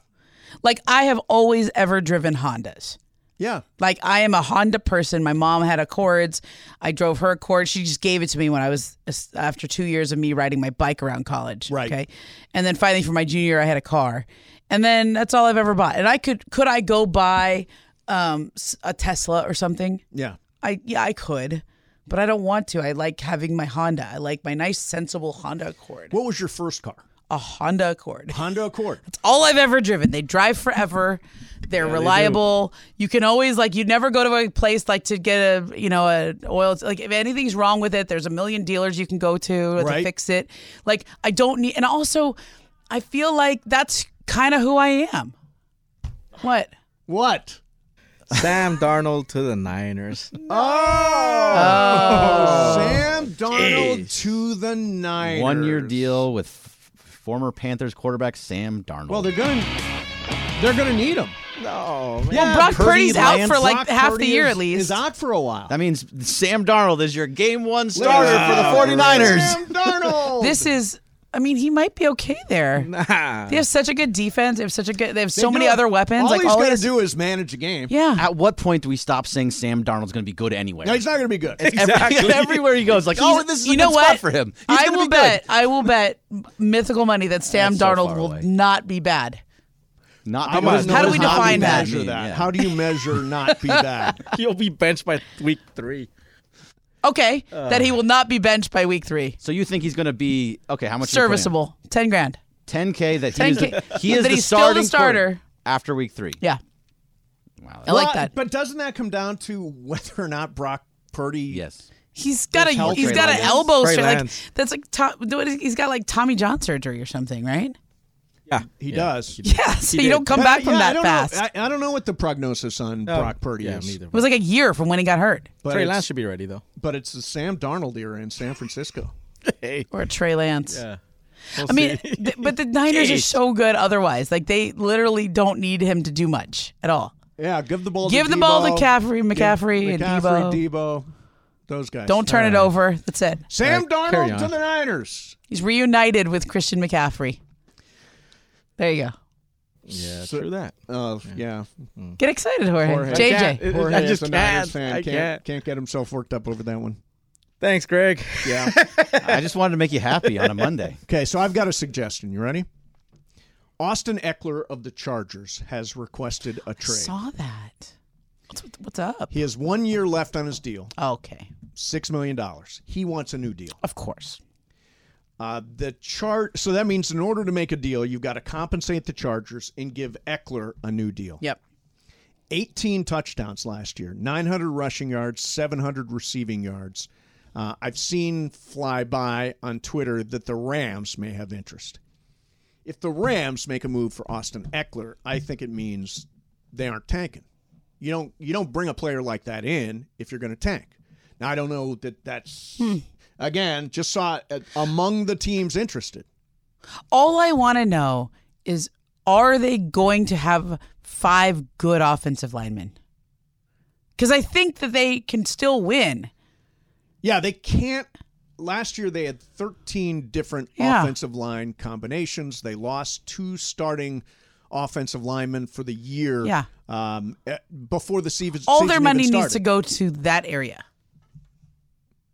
S2: Like, I have always ever driven Hondas.
S1: Yeah.
S2: Like I am a Honda person. My mom had Accords. I drove her Accord. She just gave it to me when I was after two years of me riding my bike around college.
S1: Right.
S2: Okay. And then finally for my junior, year, I had a car. And then that's all I've ever bought. And I could could I go buy um, s- a Tesla or something?
S1: Yeah.
S2: I yeah I could, but I don't want to. I like having my Honda. I like my nice sensible Honda Accord.
S1: What was your first car?
S2: A Honda Accord.
S1: Honda Accord.
S2: all I've ever driven. They drive forever. They're reliable. you can always like you never go to a place like to get a you know a oil like if anything's wrong with it, there's a million dealers you can go to
S1: Right.
S2: to fix it. Like I don't need and also I feel like that's kind of who I am. What?
S1: What?
S3: Sam Darnold to the Niners.
S1: Oh!
S2: Oh.
S1: Sam Donald to the Niners.
S4: One year deal with f- former Panthers quarterback Sam Darnold.
S1: Well, they're going to they're going to need him.
S3: No, man.
S1: Yeah,
S2: Brock
S4: Purdy
S2: Purdy's out
S4: lands-
S2: for like
S1: Brock
S2: half
S1: Purdy
S2: the year
S1: is-
S2: at least.
S1: Is out for a while.
S4: that means Sam Darnold is your game one starter for the 49ers.
S1: Sam Darnold.
S2: this is I mean, he might be okay there.
S3: Nah.
S2: They have such a good defense. They have such a good. They have so
S1: They
S2: many
S1: do-
S2: other weapons.
S1: All
S2: like
S1: he's
S2: all
S1: got to
S2: this-
S1: do is manage a game.
S2: Yeah.
S4: At what point do we stop saying Sam Darnold's going to be good anywhere?
S1: No, he's not going to be good.
S4: Every- everywhere he goes, like, oh, this is a good spot for him. He's
S2: I
S4: gonna
S2: will
S4: be good.
S2: bet. I will bet mythical money that Sam
S4: That's so
S2: Darnold
S4: far
S2: will
S4: away.
S2: not be bad.
S4: Not
S1: I wanna
S4: good.
S1: know
S2: How do we
S1: how
S2: define that?
S1: measure that?
S4: Yeah.
S1: How do you measure not be bad?
S3: You'll be benched by week three.
S2: Okay,
S4: Uh.
S2: that he will not be benched by week three.
S4: So you think he's going to be okay? How much? are you putting him?
S2: Serviceable, ten grand.
S4: 10K that he
S2: 10K.
S4: is, the, he is
S2: That
S4: the
S2: he's still
S4: starting
S2: the starter.
S4: quarter- after week three.
S2: Yeah,
S4: Wow.
S2: I like
S1: Well,
S2: that.
S1: But doesn't that come down to whether or not Brock Purdy
S4: Yes.
S2: He's got
S4: Hell
S2: a he's
S4: Trey
S2: got an
S4: Lance.
S2: elbow
S4: Trey
S2: strain. Like
S4: Lance.
S2: that's like Tom, what is- he's got like Tommy John surgery or something, right?
S1: Yeah, he does.
S2: Yeah, so you don't come back from
S1: Yeah, I
S2: that
S1: don't know-
S2: fast.
S1: I, I don't know what the prognosis on Brock Purdy
S3: yeah,
S1: is.
S3: me either.
S2: It was like a year from when he got hurt,
S1: But
S3: Trey
S1: it's-
S3: Lance should be ready though.
S1: But it's the Sam Darnold era in San Francisco.
S2: or Trey Lance.
S3: Yeah.
S2: I mean, th- but the Niners are
S3: Jeez.
S2: so good otherwise. Like they literally don't need him to do much at all.
S1: Yeah, give the ball.
S2: Give
S1: to
S2: the
S1: Debo,
S2: ball to Caffrey,
S1: Give
S2: McCaffrey, and
S1: McCaffrey,
S2: Debo.
S1: Debo, those guys.
S2: Don't turn it over. That's it.
S1: Sam
S3: right, carry
S1: Darnold
S3: on.
S1: to the Niners.
S2: He's reunited with Christian McCaffrey. There you go.
S3: Yeah,
S1: So-
S3: true that.
S1: Oh yeah,
S2: Get excited, Jorge.
S1: Jorge.
S2: JJ.
S3: It-
S1: Jorge
S3: I
S1: is
S3: just
S1: a Niners
S3: can't.
S1: fan.
S3: I
S1: can't
S3: can't.
S1: can't get himself worked up over that one.
S3: Thanks, Greg.
S1: Yeah.
S4: I just wanted to make you happy on a Monday.
S1: Okay, so I've got a suggestion. You ready? Austin Eckler of the Chargers has requested a trade.
S2: Saw that. What's, what's up?
S1: He has one year left on his deal,
S2: Okay.
S1: six million dollars. He wants a new deal.
S2: Of course.
S1: Uh, the chart. So that means in order to make a deal, you've got to compensate the Chargers and give Eckler a new deal.
S2: Yep.
S1: 18 touchdowns last year, 900 rushing yards, 700 receiving yards. Uh, I've seen fly by on Twitter that the Rams may have interest. If the Rams make a move for Austin Eckler, I think it means they aren't tanking. You don't you don't bring a player like that in if you're going to tank. Now I don't know that that's again just saw it at- among the teams interested.
S2: All I want to know is are they going to have five good offensive linemen? Because I think that they can still win.
S1: Yeah, they can't. Last year, they had 13 different
S2: Yeah.
S1: offensive line combinations. They lost two starting offensive linemen for the year.
S2: Yeah.
S1: Um, eh, before the season,
S2: All
S1: season
S2: their
S1: even
S2: money needs
S1: started.
S2: to go to that area.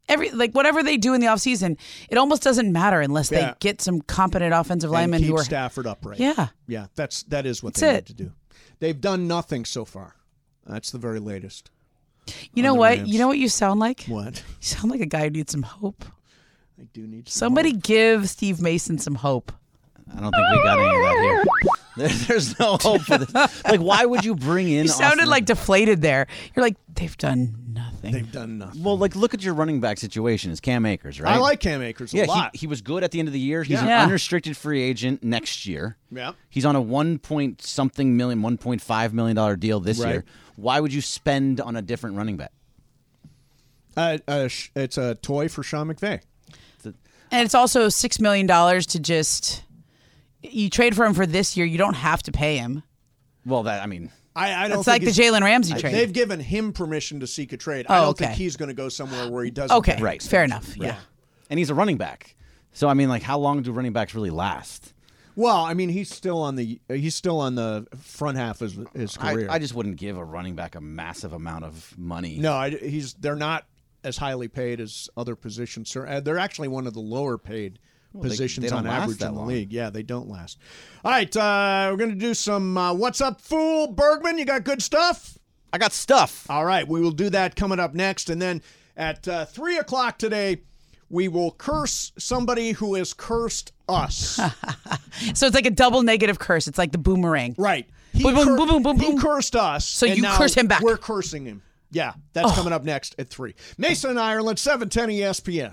S2: Every like whatever they do in the offseason, it almost doesn't matter unless
S1: Yeah.
S2: they get some competent offensive
S1: and
S2: linemen
S1: keep
S2: who are
S1: Stafford upright.
S2: Yeah.
S1: yeah, that's that is what
S2: That's
S1: they
S2: it.
S1: need to do. They've done nothing so far. That's the very latest.
S2: You know
S1: the
S2: what?
S1: Rams.
S2: You know what you sound like? You
S1: What
S2: sound like a guy who needs some hope.
S1: I do need some
S2: Somebody
S1: help.
S2: give Steve Mason some hope.
S4: I don't think we got any of that here. There, there's no hope for this. Like, why would you bring in?
S2: You sounded
S4: Austin
S2: like deflated there. You're like, they've done nothing.
S1: They've done nothing.
S4: Well, like, look at your running back situation. It's Cam Akers, right?
S1: I like Cam Akers a
S4: Yeah,
S1: lot.
S4: He, he was good at the end of the year. He's an
S2: Yeah.
S4: unrestricted free agent next year.
S1: Yeah.
S4: He's on a one point something million, one point five million dollar deal this
S1: Right.
S4: year. Why would you spend on a different running back?
S1: uh, uh, sh- it's a toy for Sean McVay.
S2: and it's also six million dollars to just you trade for him for this year. You don't have to pay him.
S4: Well, that I mean,
S1: I, I don't.
S2: It's
S1: think
S2: like the
S1: he's-
S2: Jalen Ramsey trade.
S1: They've given him permission to seek a trade. I
S2: Oh,
S1: don't think
S2: okay.
S1: he's going to go somewhere where he doesn't.
S2: okay,
S1: get
S4: Right.
S2: fair enough. Yeah.
S4: and he's a running back. So I mean, like, how long do running backs really last?
S1: Well, I mean, he's still on the he's still on the front half of his- his
S4: I,
S1: career.
S4: I just wouldn't give a running back a massive amount of money.
S1: no, I, he's they're not as highly paid as other positions. Sir, Uh, they're actually one of the lower paid
S4: they-
S1: positions
S4: they don't
S1: on
S4: last
S1: average
S4: that
S1: in the
S4: long.
S1: league. Yeah, they don't last. All right, uh, we're going to do some uh, what's up, fool Bergman. You got good stuff.
S4: I got stuff.
S1: All right, we will do that coming up next. And then at uh, 3 o'clock today, we will curse somebody who has cursed us.
S2: So it's like a double negative curse. It's like the boomerang.
S1: right. He,
S2: Boom, boom, boom, boom, boom,
S1: he
S2: boom.
S1: cursed us. So
S2: you curse him back. Oh.
S1: We're cursing him. Yeah, that's coming up next at 3. Mason, Ireland, E 710 ESPN.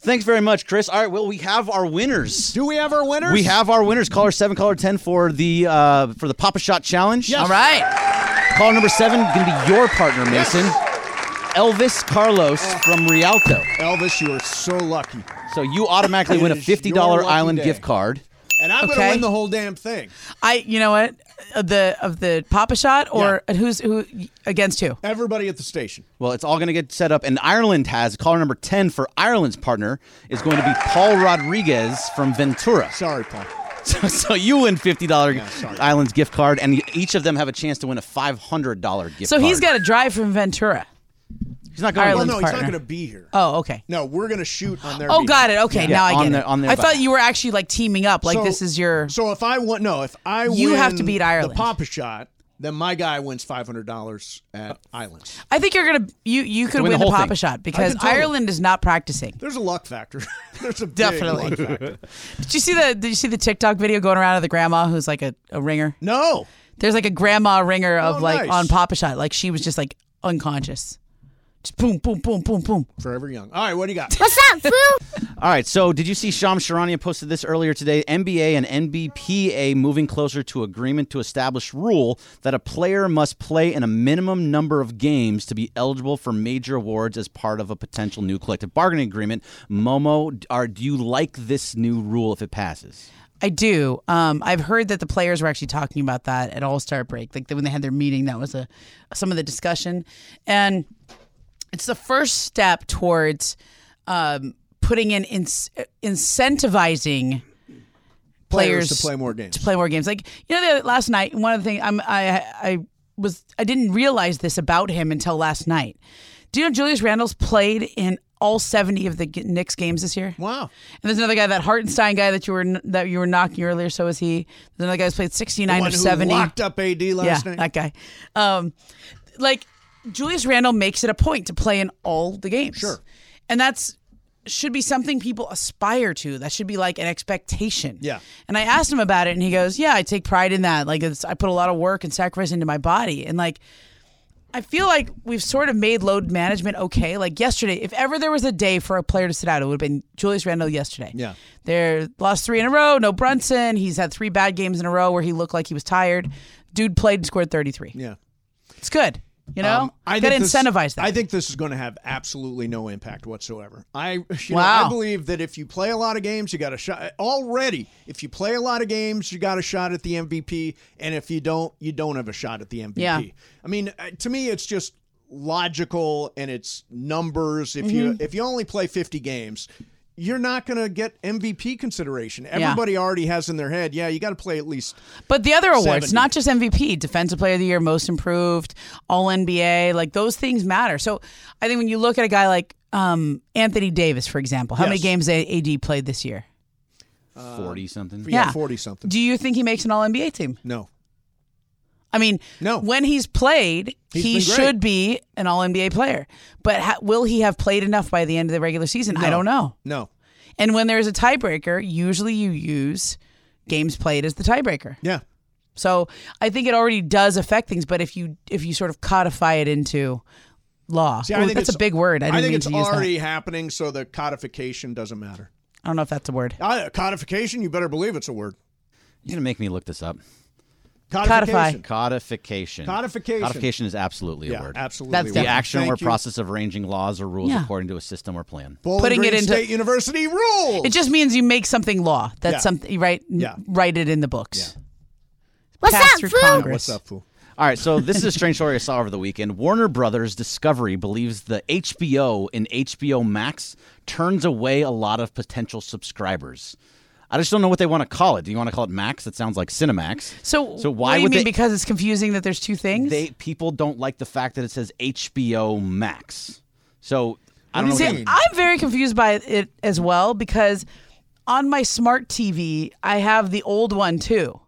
S4: Thanks very much, Chris. All right, well, we have our winners.
S1: Do we have our winners?
S4: We have our winners, caller seven, caller ten for the uh, for the Papa Shot Challenge.
S2: All right.
S4: Caller number seven gonna be your partner, Mason. Elvis Carlos
S1: Oh.
S4: from Rialto.
S1: Elvis, you are so lucky.
S4: So you automatically
S1: It
S4: win a
S1: is
S4: fifty
S1: your
S4: dollar
S1: lucky
S4: island
S1: day.
S4: gift card.
S1: And I'm going to
S2: Okay.
S1: win the whole damn thing.
S2: I. You know what? Of the of the Papa shot or who's who against who?
S1: Everybody at the station.
S4: Well, it's all gonna get set up, and Ireland has caller number ten for Ireland's partner is going to be Paul Rodriguez from Ventura.
S1: Sorry, Paul.
S4: So, so you win fifty dollar
S1: sorry.
S4: Islands gift card, and each of them have a chance to win a five hundred dollar gift.
S2: So
S4: card.
S2: he's got to drive from Ventura.
S4: He's not going.
S2: Ireland's
S1: well, no, he's not
S2: partner.
S1: going to be here.
S2: Oh, okay.
S1: No, we're going to shoot on their.
S2: Oh,
S1: behalf.
S2: got it. Okay, now I get it. I thought
S1: behalf.
S2: you were actually like teaming up. Like
S1: So-
S2: this is your.
S1: So if I want, no, if I
S2: You have to
S1: win
S2: beat Ireland.
S1: The Papa shot, then my guy wins five hundred dollars at Islands.
S2: I think you're gonna you you could
S1: win
S2: win,
S1: the
S2: the,
S1: whole
S2: Papa
S1: thing.
S2: shot
S1: I
S2: because
S1: can tell you.
S2: Ireland is not practicing.
S1: There's a luck factor. There's a big
S2: Definitely.
S1: luck factor.
S2: Did you see the Did you see the TikTok video going around of the grandma who's like a, a ringer?
S1: No.
S2: There's like a grandma ringer of
S1: Oh,
S2: like
S1: nice.
S2: on Papa Shot, like she was just like unconscious, just boom, boom, boom, boom, boom.
S1: Forever young. All right, what do you got?
S2: What's up, fool?
S4: All right, so did you see Sham Sharania posted this earlier today? NBA and NBPA moving closer to agreement to establish rule that a player must play in a minimum number of games to be eligible for major awards as part of a potential new collective bargaining agreement. Momo, are do you like this new rule if it passes?
S2: I do. Um, I've heard that the players were actually talking about that at All Star break, like when they had their meeting. That was a some of the discussion, and it's the first step towards um, putting in, in incentivizing
S1: Players
S2: players
S1: to play more games.
S2: to play more games. Like you know, the, last night one of the things I'm, I I was I didn't realize this about him until last night. Do you know Julius Randle's played in all 70 of the G- Knicks games this year?
S1: Wow! And
S2: there's another guy, that Hartenstein guy that you were n- that you were knocking earlier. So is he? There's another guy who's played 69
S1: The one
S2: of
S1: who
S2: 70.
S1: locked up AD last
S2: yeah,
S1: night.
S2: that guy. Um, like Julius Randle makes it a point to play in all the games. Sure, and that's should be something people aspire to. That should be like an expectation.
S1: Yeah.
S2: And I asked him about it, and he goes, "Yeah, I take pride in that. Like, it's, I put a lot of work and sacrifice into my body, and like, I feel like we've sort of made load management okay. Like yesterday, if ever there was a day for a player to sit out, it would have been Julius Randle yesterday.
S1: Yeah.
S2: They lost three in a row. No Brunson. He's had three bad games in a row where he looked like he was tired. Dude played and scored 33.
S1: Yeah.
S2: It's good. You know,
S1: Um, I
S2: got to
S1: think this-
S2: incentivize that.
S1: I think this is going to have absolutely no impact whatsoever. I, you know,
S2: Wow.
S1: I believe that if you play a lot of games, you got a shot already. If you play a lot of games, you got a shot at the MVP, and if you don't, you don't have a shot at the MVP.
S2: Yeah.
S1: I mean, uh, to me, it's just logical and it's numbers. If you
S2: Mhm.
S1: if you only play fifty games. You're not going to get MVP consideration.
S2: Yeah.
S1: Everybody already has in their head, yeah, you got to play at least.
S2: But the other awards,
S1: 70.
S2: not just MVP, Defensive Player of the Year, Most Improved, All NBA, like those things matter. So I think when you look at a guy like um, Anthony Davis, for example, how many
S4: Yes.
S2: games a- AD played this year?
S1: Uh,
S4: Forty something.
S1: yeah, 40 something.
S2: Do you think he makes an All NBA team?
S1: No.
S2: I mean,
S1: no.
S2: When he's played,
S1: He's
S2: he
S1: been great.
S2: should be an All NBA player. But ha- will he have played enough by the end of the regular season? I
S1: No.
S2: don't know.
S1: No.
S2: And when there's a tiebreaker, usually you use games played as the tiebreaker.
S1: Yeah.
S2: So I think it already does affect things, but if you if you sort of codify it into law,
S1: See,
S2: Ooh,
S1: I think
S2: that's a
S1: it's-
S2: big word. I didn't
S1: I think
S2: mean
S1: it's
S2: to use
S1: already
S2: that.
S1: happening, so the codification doesn't matter.
S2: I don't know if that's a word.
S1: Uh, codification, you better believe it's a word.
S4: You're gonna make me look this up.
S1: Codification.
S4: Codification.
S1: Codification.
S4: Codification is absolutely
S1: Yeah,
S4: a word.
S1: absolutely
S2: That's a word.
S4: the
S2: definitely-
S4: action or
S1: Thank you.
S4: process of arranging laws or rules
S2: Yeah.
S4: according to a system or plan.
S1: Bowling
S2: Putting
S1: Green
S2: it into-
S1: State University rules.
S2: It just means you make something law. That's
S1: Yeah.
S2: something right
S1: Yeah.
S2: write it in the books.
S1: What's
S2: Passed
S1: up,
S2: through
S1: fool? What's
S2: Congress.
S1: up, fool?
S4: All right, so this is a strange story I saw over the weekend. Warner Brothers Discovery believes the HBO in HBO Max turns away a lot of potential subscribers. I just don't know what they want to call it. Do you want to call it Max? That sounds like Cinemax.
S2: So,
S4: so
S2: what
S4: why
S2: do you
S4: would
S2: mean
S4: they?
S2: because it's confusing that there's two things?
S4: they people don't like the fact that it says HBO Max. So I don't know.
S2: See,
S4: what that-
S2: I'm very confused by it as well because on my smart TV, I have the old one too.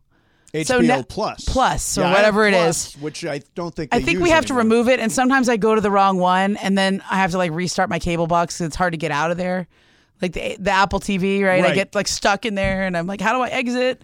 S1: HBO
S2: So now-
S1: Plus.
S2: Plus, or
S1: Yeah, I have
S2: whatever it is.
S1: Plus, Which I don't think
S2: I
S1: they
S2: think
S1: use
S2: we have to
S1: anymore.
S2: remove it, and sometimes I go to the wrong one, and then I have to like restart my cable box 'cause it's hard to get out of there. Like the the Apple TV, right? I
S1: Right.
S2: get like stuck in there, and I'm like, how do I exit?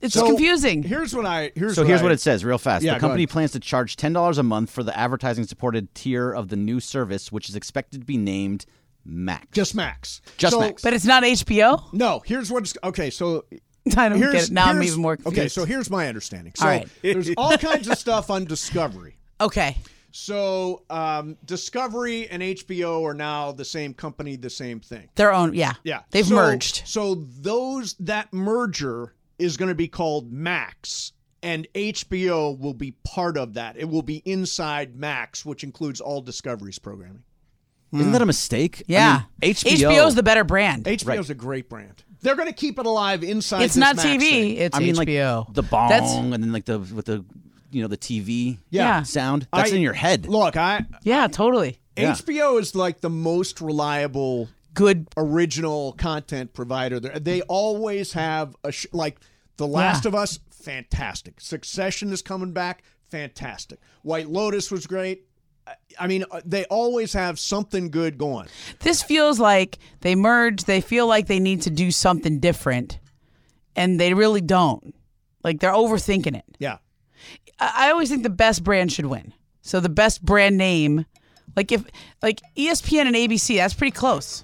S2: It's
S1: So,
S2: confusing.
S1: Here's what I. Here's
S4: so
S1: what
S4: here's what
S1: I-
S4: it says, real fast.
S1: Yeah,
S4: the
S1: go
S4: company
S1: ahead.
S4: plans to charge ten dollars a month for the advertising-supported tier of the new service, which is expected to be named Max.
S1: Just Max.
S4: Just
S1: So-
S4: Max.
S2: But it's not HBO.
S1: No, here's what's okay. So
S2: I don't
S1: here's,
S2: get it. Now I'm
S1: here's-
S2: even more confused.
S1: Okay, so here's my understanding. So
S2: All right.
S1: there's all kinds of stuff on Discovery.
S2: Okay.
S1: So um, Discovery and HBO are now the same company, the same thing.
S2: Their own, yeah,
S1: Yeah,
S2: They've
S1: So-
S2: merged.
S1: So those that merger is going to be called Max, and HBO will be part of that. It will be inside Max, which includes all Discovery's programming.
S4: Isn't that a mistake?
S2: Mm. Yeah,
S4: I mean, HBO.
S2: HBO's the better brand.
S1: HBO's
S4: Right.
S1: a great brand. They're going to keep it alive inside.
S2: It's
S1: this
S2: not
S1: Max
S2: TV.
S1: thing.
S2: It's
S4: I mean,
S2: HBO.
S4: like the bong,
S2: That's-
S4: and then like the with the you know the TV
S1: Yeah.
S4: sound. That's
S1: I-
S4: in your head.
S1: Look, I
S2: yeah, totally.
S4: Yeah.
S1: HBO is like the most reliable,
S2: good
S1: original content provider. They're- They always have a sh- like The Last
S10: Yeah.
S1: of Us, fantastic. Succession is coming back, fantastic. White Lotus was great. I- I mean, uh, they always have something good going.
S2: This feels like they merge. They feel like they need to do something different, and they really don't. Like they're overthinking it.
S1: Yeah.
S2: I, I always think the best brand should win. So the best brand name, like if like E ESPN and ABC, that's pretty close.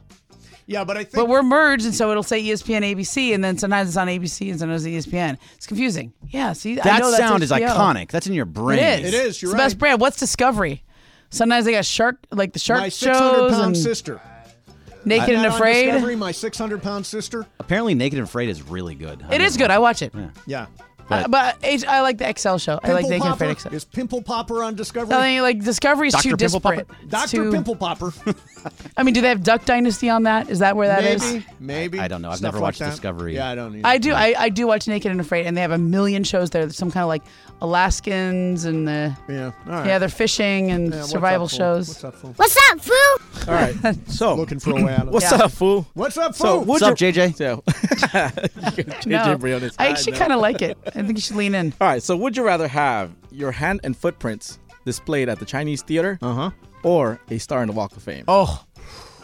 S1: Yeah, but I think.
S2: But we're merged, and so it'll say E ESPN ABC, and then sometimes it's on ABC, and sometimes it's E ESPN. It's confusing. Yeah, see, I
S4: That
S2: know
S4: sound is
S2: that's HBO.
S4: iconic. That's in your brain.
S2: It is. it's the best brand. What's Discovery? Sometimes they got shark, like the shark
S1: my
S2: shows.
S1: 600 pound
S2: and
S1: sister.
S2: Naked
S1: Isn't
S2: and
S1: that on
S2: Afraid.
S1: Discovery, my 600 pound sister.
S4: Apparently, Naked and Afraid is really good.
S2: It is good. I watch it.
S4: Yeah.
S1: Yeah.
S2: Uh, but H- I like the XL show. I like
S1: Pimple
S2: Naked and Afraid
S1: Popper?
S2: XL.
S1: Is Pimple Popper on Discovery?
S2: I mean, like Discovery's
S1: Dr.
S2: too
S1: Pimple Popper?
S2: disparate. It's
S1: Dr.
S2: too-
S1: Pimple Popper.
S2: I mean, do they have Duck Dynasty on that? Is that where that is?
S1: maybe, maybe.
S4: I don't know. I've
S1: Stuff
S4: never
S1: like
S4: watched
S1: that.
S4: Discovery.
S1: Yeah, I don't. Either.
S2: I do. I, I do watch Naked and Afraid, and they have a million shows there. There's some kind of like Alaskans and the
S1: yeah,
S10: right.
S2: yeah, they're fishing and
S10: Yeah, what's
S2: survival
S10: up, fool?
S2: shows.
S10: What's up, fool?
S2: What's up, fool?
S3: All right. So
S1: looking for a way out of
S3: What's
S2: Yeah.
S3: up, fool?
S1: What's up,
S3: So,
S1: fool?
S4: What's
S3: what's
S4: up, JJ?
S3: So,
S2: No,
S3: JJ Briones.
S2: I actually
S3: know.
S2: kind of like it. I think you should lean in.
S3: All right. So, would you rather have your hand and footprints displayed at the Chinese theater,
S1: uh-huh,
S3: or a star in the Walk of Fame?
S2: Oh,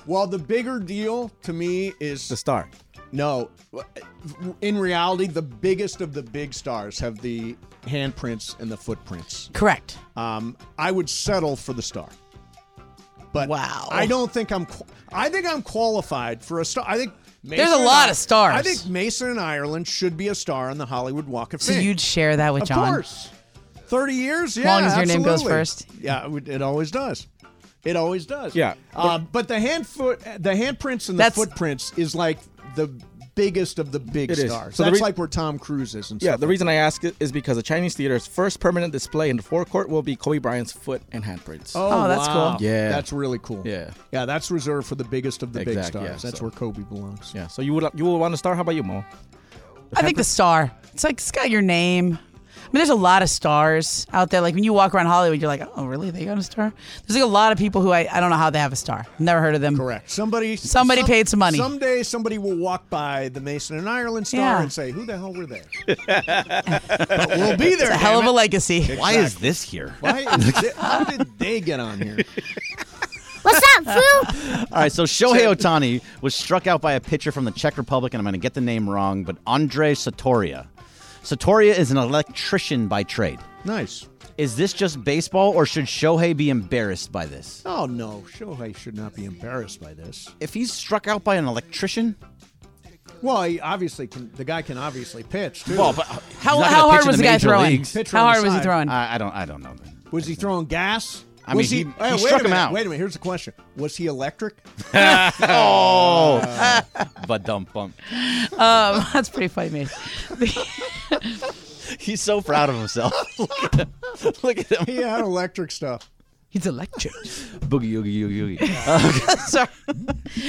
S1: Well, the bigger deal to me is
S3: the star.
S1: No, in reality, the biggest of the big stars have the handprints and the footprints.
S2: Correct.
S1: Um, I would settle for the star. But
S2: wow,
S1: I don't think I'm. qu- I think I'm qualified for a star. I think Mason
S2: There's a
S1: and
S2: lot
S1: I-
S2: of stars.
S1: I think Mason and Ireland should be a star on the Hollywood Walk of
S2: So
S1: Fame.
S2: you'd share that with
S1: of
S2: John?
S1: course. Thirty years,
S2: As
S1: yeah.
S2: long as your name goes
S1: absolutely.
S2: first.
S1: yeah, it would- it always does. It always does.
S3: Yeah.
S1: Uh, but the hand foot, the handprints and the
S3: That's-
S1: footprints is like the biggest of the big
S3: It is.
S1: stars.
S3: So the
S1: That's
S3: re-
S1: like where Tom Cruise is and
S3: Yeah,
S1: stuff.
S3: the reason I ask it is because the Chinese theater's first permanent display in the forecourt will be Kobe Bryant's foot and handprints.
S1: Oh, that's wow. cool.
S3: Yeah,
S1: That's really cool.
S3: Yeah,
S1: yeah, that's reserved for the biggest of the big
S3: Exact,
S1: stars.
S3: yeah,
S1: that's
S3: so-
S1: where Kobe belongs.
S3: yeah. So you would you would want a star? How about you, Mo?
S2: I think the star. It's like it's got your name. I mean, there's a lot of stars out there. Like when you walk around Hollywood, you're like, oh, really? They got a star? There's like a lot of people who I, I don't know how they have a star. Never heard of them.
S1: Correct. Somebody
S2: Somebody
S1: some-
S2: paid some money.
S1: Someday somebody will walk by the Mason and Ireland star
S2: Yeah.
S1: and say, "Who the hell were they?" but we'll be there.
S2: It's a hell of
S1: damn
S2: a
S1: it.
S2: legacy.
S4: Why is this here?
S1: Why? Is it, how did they get on here?
S2: What's up, fool?
S4: All right, so Shohei Otani was struck out by a pitcher from the Czech Republic, and I'm going to get the name wrong, but Andre Satoria. Satoria is an electrician by trade.
S1: Nice.
S4: Is this just baseball, or should Shohei be embarrassed by this?
S1: Oh no, Shohei should not be embarrassed by this.
S4: If he's struck out by an electrician,
S1: Well, he obviously can. The guy can obviously pitch too.
S4: well, but
S2: How- how hard was the guy throwing?
S1: Pitcher on
S2: How
S1: the
S2: hard was he
S1: side.
S2: throwing?
S4: I, I don't, I don't know.
S1: Was he throwing gas?
S4: I
S1: was
S4: mean, he-
S1: oh,
S4: he
S1: wait
S4: struck
S1: a
S4: him
S1: minute,
S4: out.
S1: Wait a minute. Here's the question: Was he electric?
S4: oh, but dump bump.
S2: Um, that's pretty funny, man.
S4: He's so proud of himself. Look at him. Look at him.
S1: He had electric stuff.
S2: He's electric.
S4: Boogie, oogie, oogie, oogie.
S2: Sorry.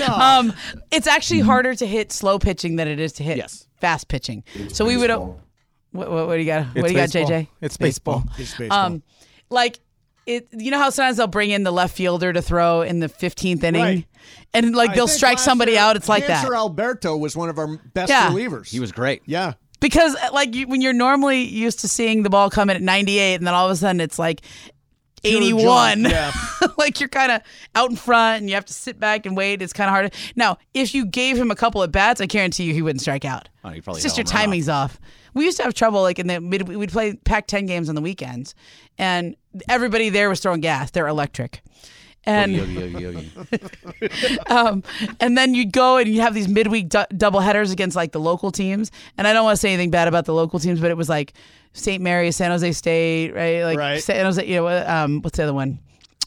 S2: Um, it's actually
S1: Mm-hmm.
S2: harder to hit slow pitching than it is to hit fast pitching. so we would. What, what, what do you got? what
S3: It's
S2: do you
S3: baseball.
S2: got, JJ?
S3: It's baseball.
S1: It's baseball.
S2: Um, like it, you know how sometimes they'll bring in the left fielder to throw in the 15th inning,
S1: Right.
S2: and like
S1: I
S2: they'll
S1: think
S2: strike
S1: last
S2: somebody
S1: year,
S2: out. It's like that
S1: Dancer Alberto was one of our best
S2: Yeah.
S1: relievers.
S4: He was great.
S1: Yeah.
S2: because uh, like you, when you're normally used to seeing the ball come in at 98, and then all of a sudden it's like
S1: Pure
S2: 81.
S1: junk, yeah.
S2: like you're kind of out in front, and you have to sit back and wait. It's kind of hard. Now, if you gave him a couple at bats, I guarantee you he wouldn't strike out.
S4: Oh, you probably
S2: It's just your
S4: hit a home run
S2: timing's off. We used to have trouble like in the mid, we'd play Pac-10 games on the weekends, and everybody there was throwing gas. They're electric, and
S4: Boogie, oogie, oogie, oogie.
S2: um, and then you'd go and you'd have these midweek du- double headers against like the local teams. And I don't want to say anything bad about the local teams, but it was like St. Mary's, San Jose State, right? Like
S1: Right.
S2: San Jose, you know, um, what's the other one?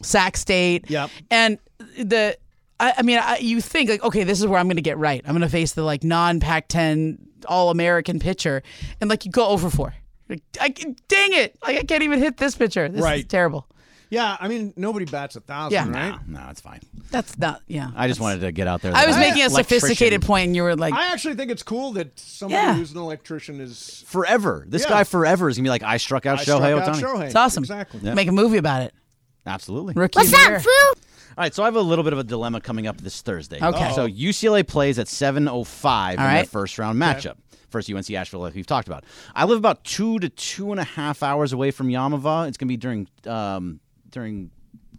S2: Sac State.
S1: Yep.
S2: And the, I, I mean, I, you think like, okay, this is where I'm going to get right. I'm going to face the like non Pac 10 All American pitcher, and like you go over four. Like, I, can- dang it! Like I can't even hit this pitcher. This is
S1: Right.
S2: terrible.
S1: Yeah. I mean, nobody bats a thousand,
S2: Yeah.
S1: right?
S4: No, no, it's fine.
S2: That's not. Yeah.
S4: I just wanted to get out there.
S2: I
S4: that
S2: was
S4: I'm an
S2: making a
S4: electrician.
S2: sophisticated point, and you were like,
S1: I actually think it's cool that somebody
S2: Yeah.
S1: who's an electrician is
S4: Forever, this
S1: Yeah.
S4: guy forever is gonna be like, I struck out
S1: I
S4: Shohei
S1: struck out
S4: Otani.
S1: Shohei.
S2: It's awesome.
S1: Exactly.
S4: Yeah.
S2: Make a movie about it.
S4: Absolutely.
S2: Rookie What's
S10: fool?
S4: All right, so I have a little bit of a dilemma coming up this Thursday.
S2: Okay.
S4: So UCLA plays at 7:05 in
S2: All
S4: their
S2: right.
S4: first round matchup. First UNC Asheville, like we've talked about. I live about two to two and a half hours away from Yamava. It's gonna be during um, during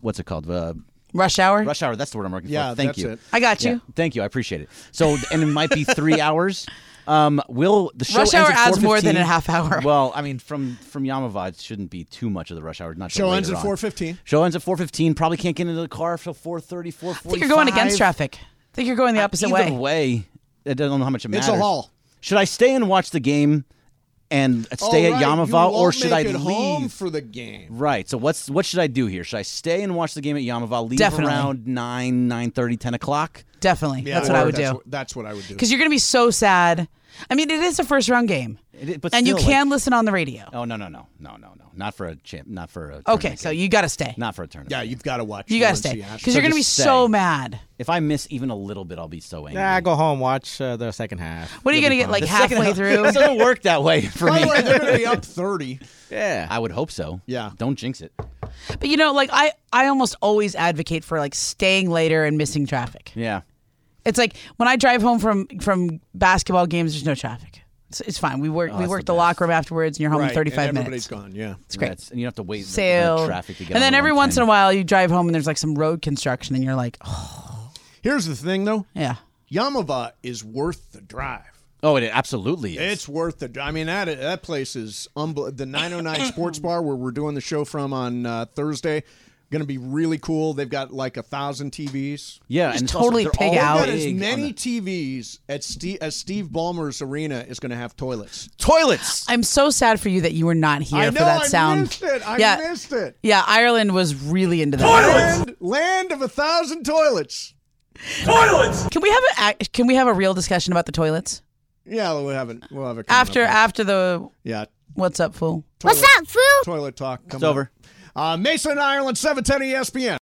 S4: what's it called? Uh,
S2: Rush hour.
S4: Rush hour. That's the word I'm looking
S1: Yeah,
S4: for. Thank
S1: that's
S4: you.
S1: it.
S2: I got you.
S4: Yeah, thank you. I appreciate it. So, and it might be three hours. Um, will the show
S2: Rush
S4: ends
S2: hour
S4: at
S2: adds more than
S4: 4:15?
S2: a half hour.
S4: Well, I mean, from from Yamava, it shouldn't be too much of the rush hour. Not till
S1: Show ends
S4: later
S1: at
S4: on.
S1: 4:15.
S4: Show ends at four fifteen. Probably can't get into the car till four thirty, four
S2: I think
S4: forty.
S2: you're going against traffic. I think you're going the opposite
S4: Either
S2: way.
S4: way. I don't know how much it
S1: It's
S4: matters.
S1: a haul.
S4: Should I stay and watch the game and stay
S1: All right,
S4: at
S1: you
S4: Yamava, or
S1: won't
S4: should
S1: make
S4: I
S1: it
S4: leave?
S1: home for the game?
S4: Right. So what's what should I do here? Should I stay and watch the game at Yamava? Leave
S2: Definitely.
S4: around nine, nine thirty, ten o'clock.
S2: Definitely. that's what I would do.
S1: that's what I would do.
S2: Because you're going to be so sad. I mean, it is a first round game.
S4: It is- but
S2: and you
S4: still, like-
S2: can listen on the radio.
S4: Oh no no no no no no! Not for a champ. Not for a.
S2: Okay,
S4: tournament
S2: so
S4: game.
S2: you got to stay.
S4: Oh, Not for a tournament.
S1: Yeah,
S4: game.
S1: you've got to watch.
S2: You got to
S1: UNC
S2: stay.
S1: Asheville.
S2: Because you're going to be
S4: just
S2: so
S4: stay.
S2: mad.
S4: If I miss even a little bit, I'll be so angry.
S3: Nah, go home, watch uh, the second half.
S2: What are you
S3: You'll
S2: going to
S3: be
S2: get like
S3: fine.
S2: halfway through?
S4: it doesn't work that way for
S1: By
S4: me.
S1: the way, they're going to be up 30.
S3: yeah.
S4: I would hope so.
S1: Yeah.
S4: Don't jinx it.
S2: But you know, like I, I almost always advocate for like staying later and missing traffic.
S4: Yeah.
S2: It's like when I drive home from from basketball games, there's no traffic. It's, it's fine. We work we
S4: that's
S2: work
S4: the
S2: the, locker room afterwards, and you're home
S1: Right,
S2: in
S1: and
S2: 35
S1: Everybody's
S2: minutes.
S1: gone. Yeah.
S2: It's great.
S4: That's- and you don't have to wait for
S2: Sail.
S4: traffic to get.
S2: and
S4: on
S2: then
S4: the
S2: every
S4: 110.
S2: once in a while, you drive home and there's like some road construction, and you're like, oh
S1: Here's the thing, though.
S2: yeah,
S1: Yamava is worth the drive.
S4: Oh, it absolutely is.
S1: It's worth the. I mean, that that place is unbel- the 909 Sports Bar where we're doing the show from on uh, Thursday. Going to be really cool. They've got like a thousand TVs.
S4: yeah,
S2: Just
S4: and it's
S2: totally
S4: also,
S2: pig
S4: they're
S2: out.
S4: all
S1: Got
S4: big
S1: as
S4: on
S1: many
S4: the-
S1: TVs at Steve, as Steve Ballmer's arena is going to have toilets.
S4: toilets.
S2: I'm so sad for you that you were not here
S1: I know.
S2: for that
S1: I
S2: sound.
S1: missed it. I
S2: yeah,
S1: missed it.
S2: yeah. Ireland was really into that.
S1: Land, land of a thousand toilets.
S2: Can we have a can we have a real discussion about the toilets
S1: Yeah, we'll have it. We'll have it coming
S2: after
S1: up.
S2: after the
S1: Yeah.
S2: what's up fool?
S1: What's up, fool? Toilet talk.
S4: It's over.
S1: Uh, Mason, Ireland, seven ten ESPN.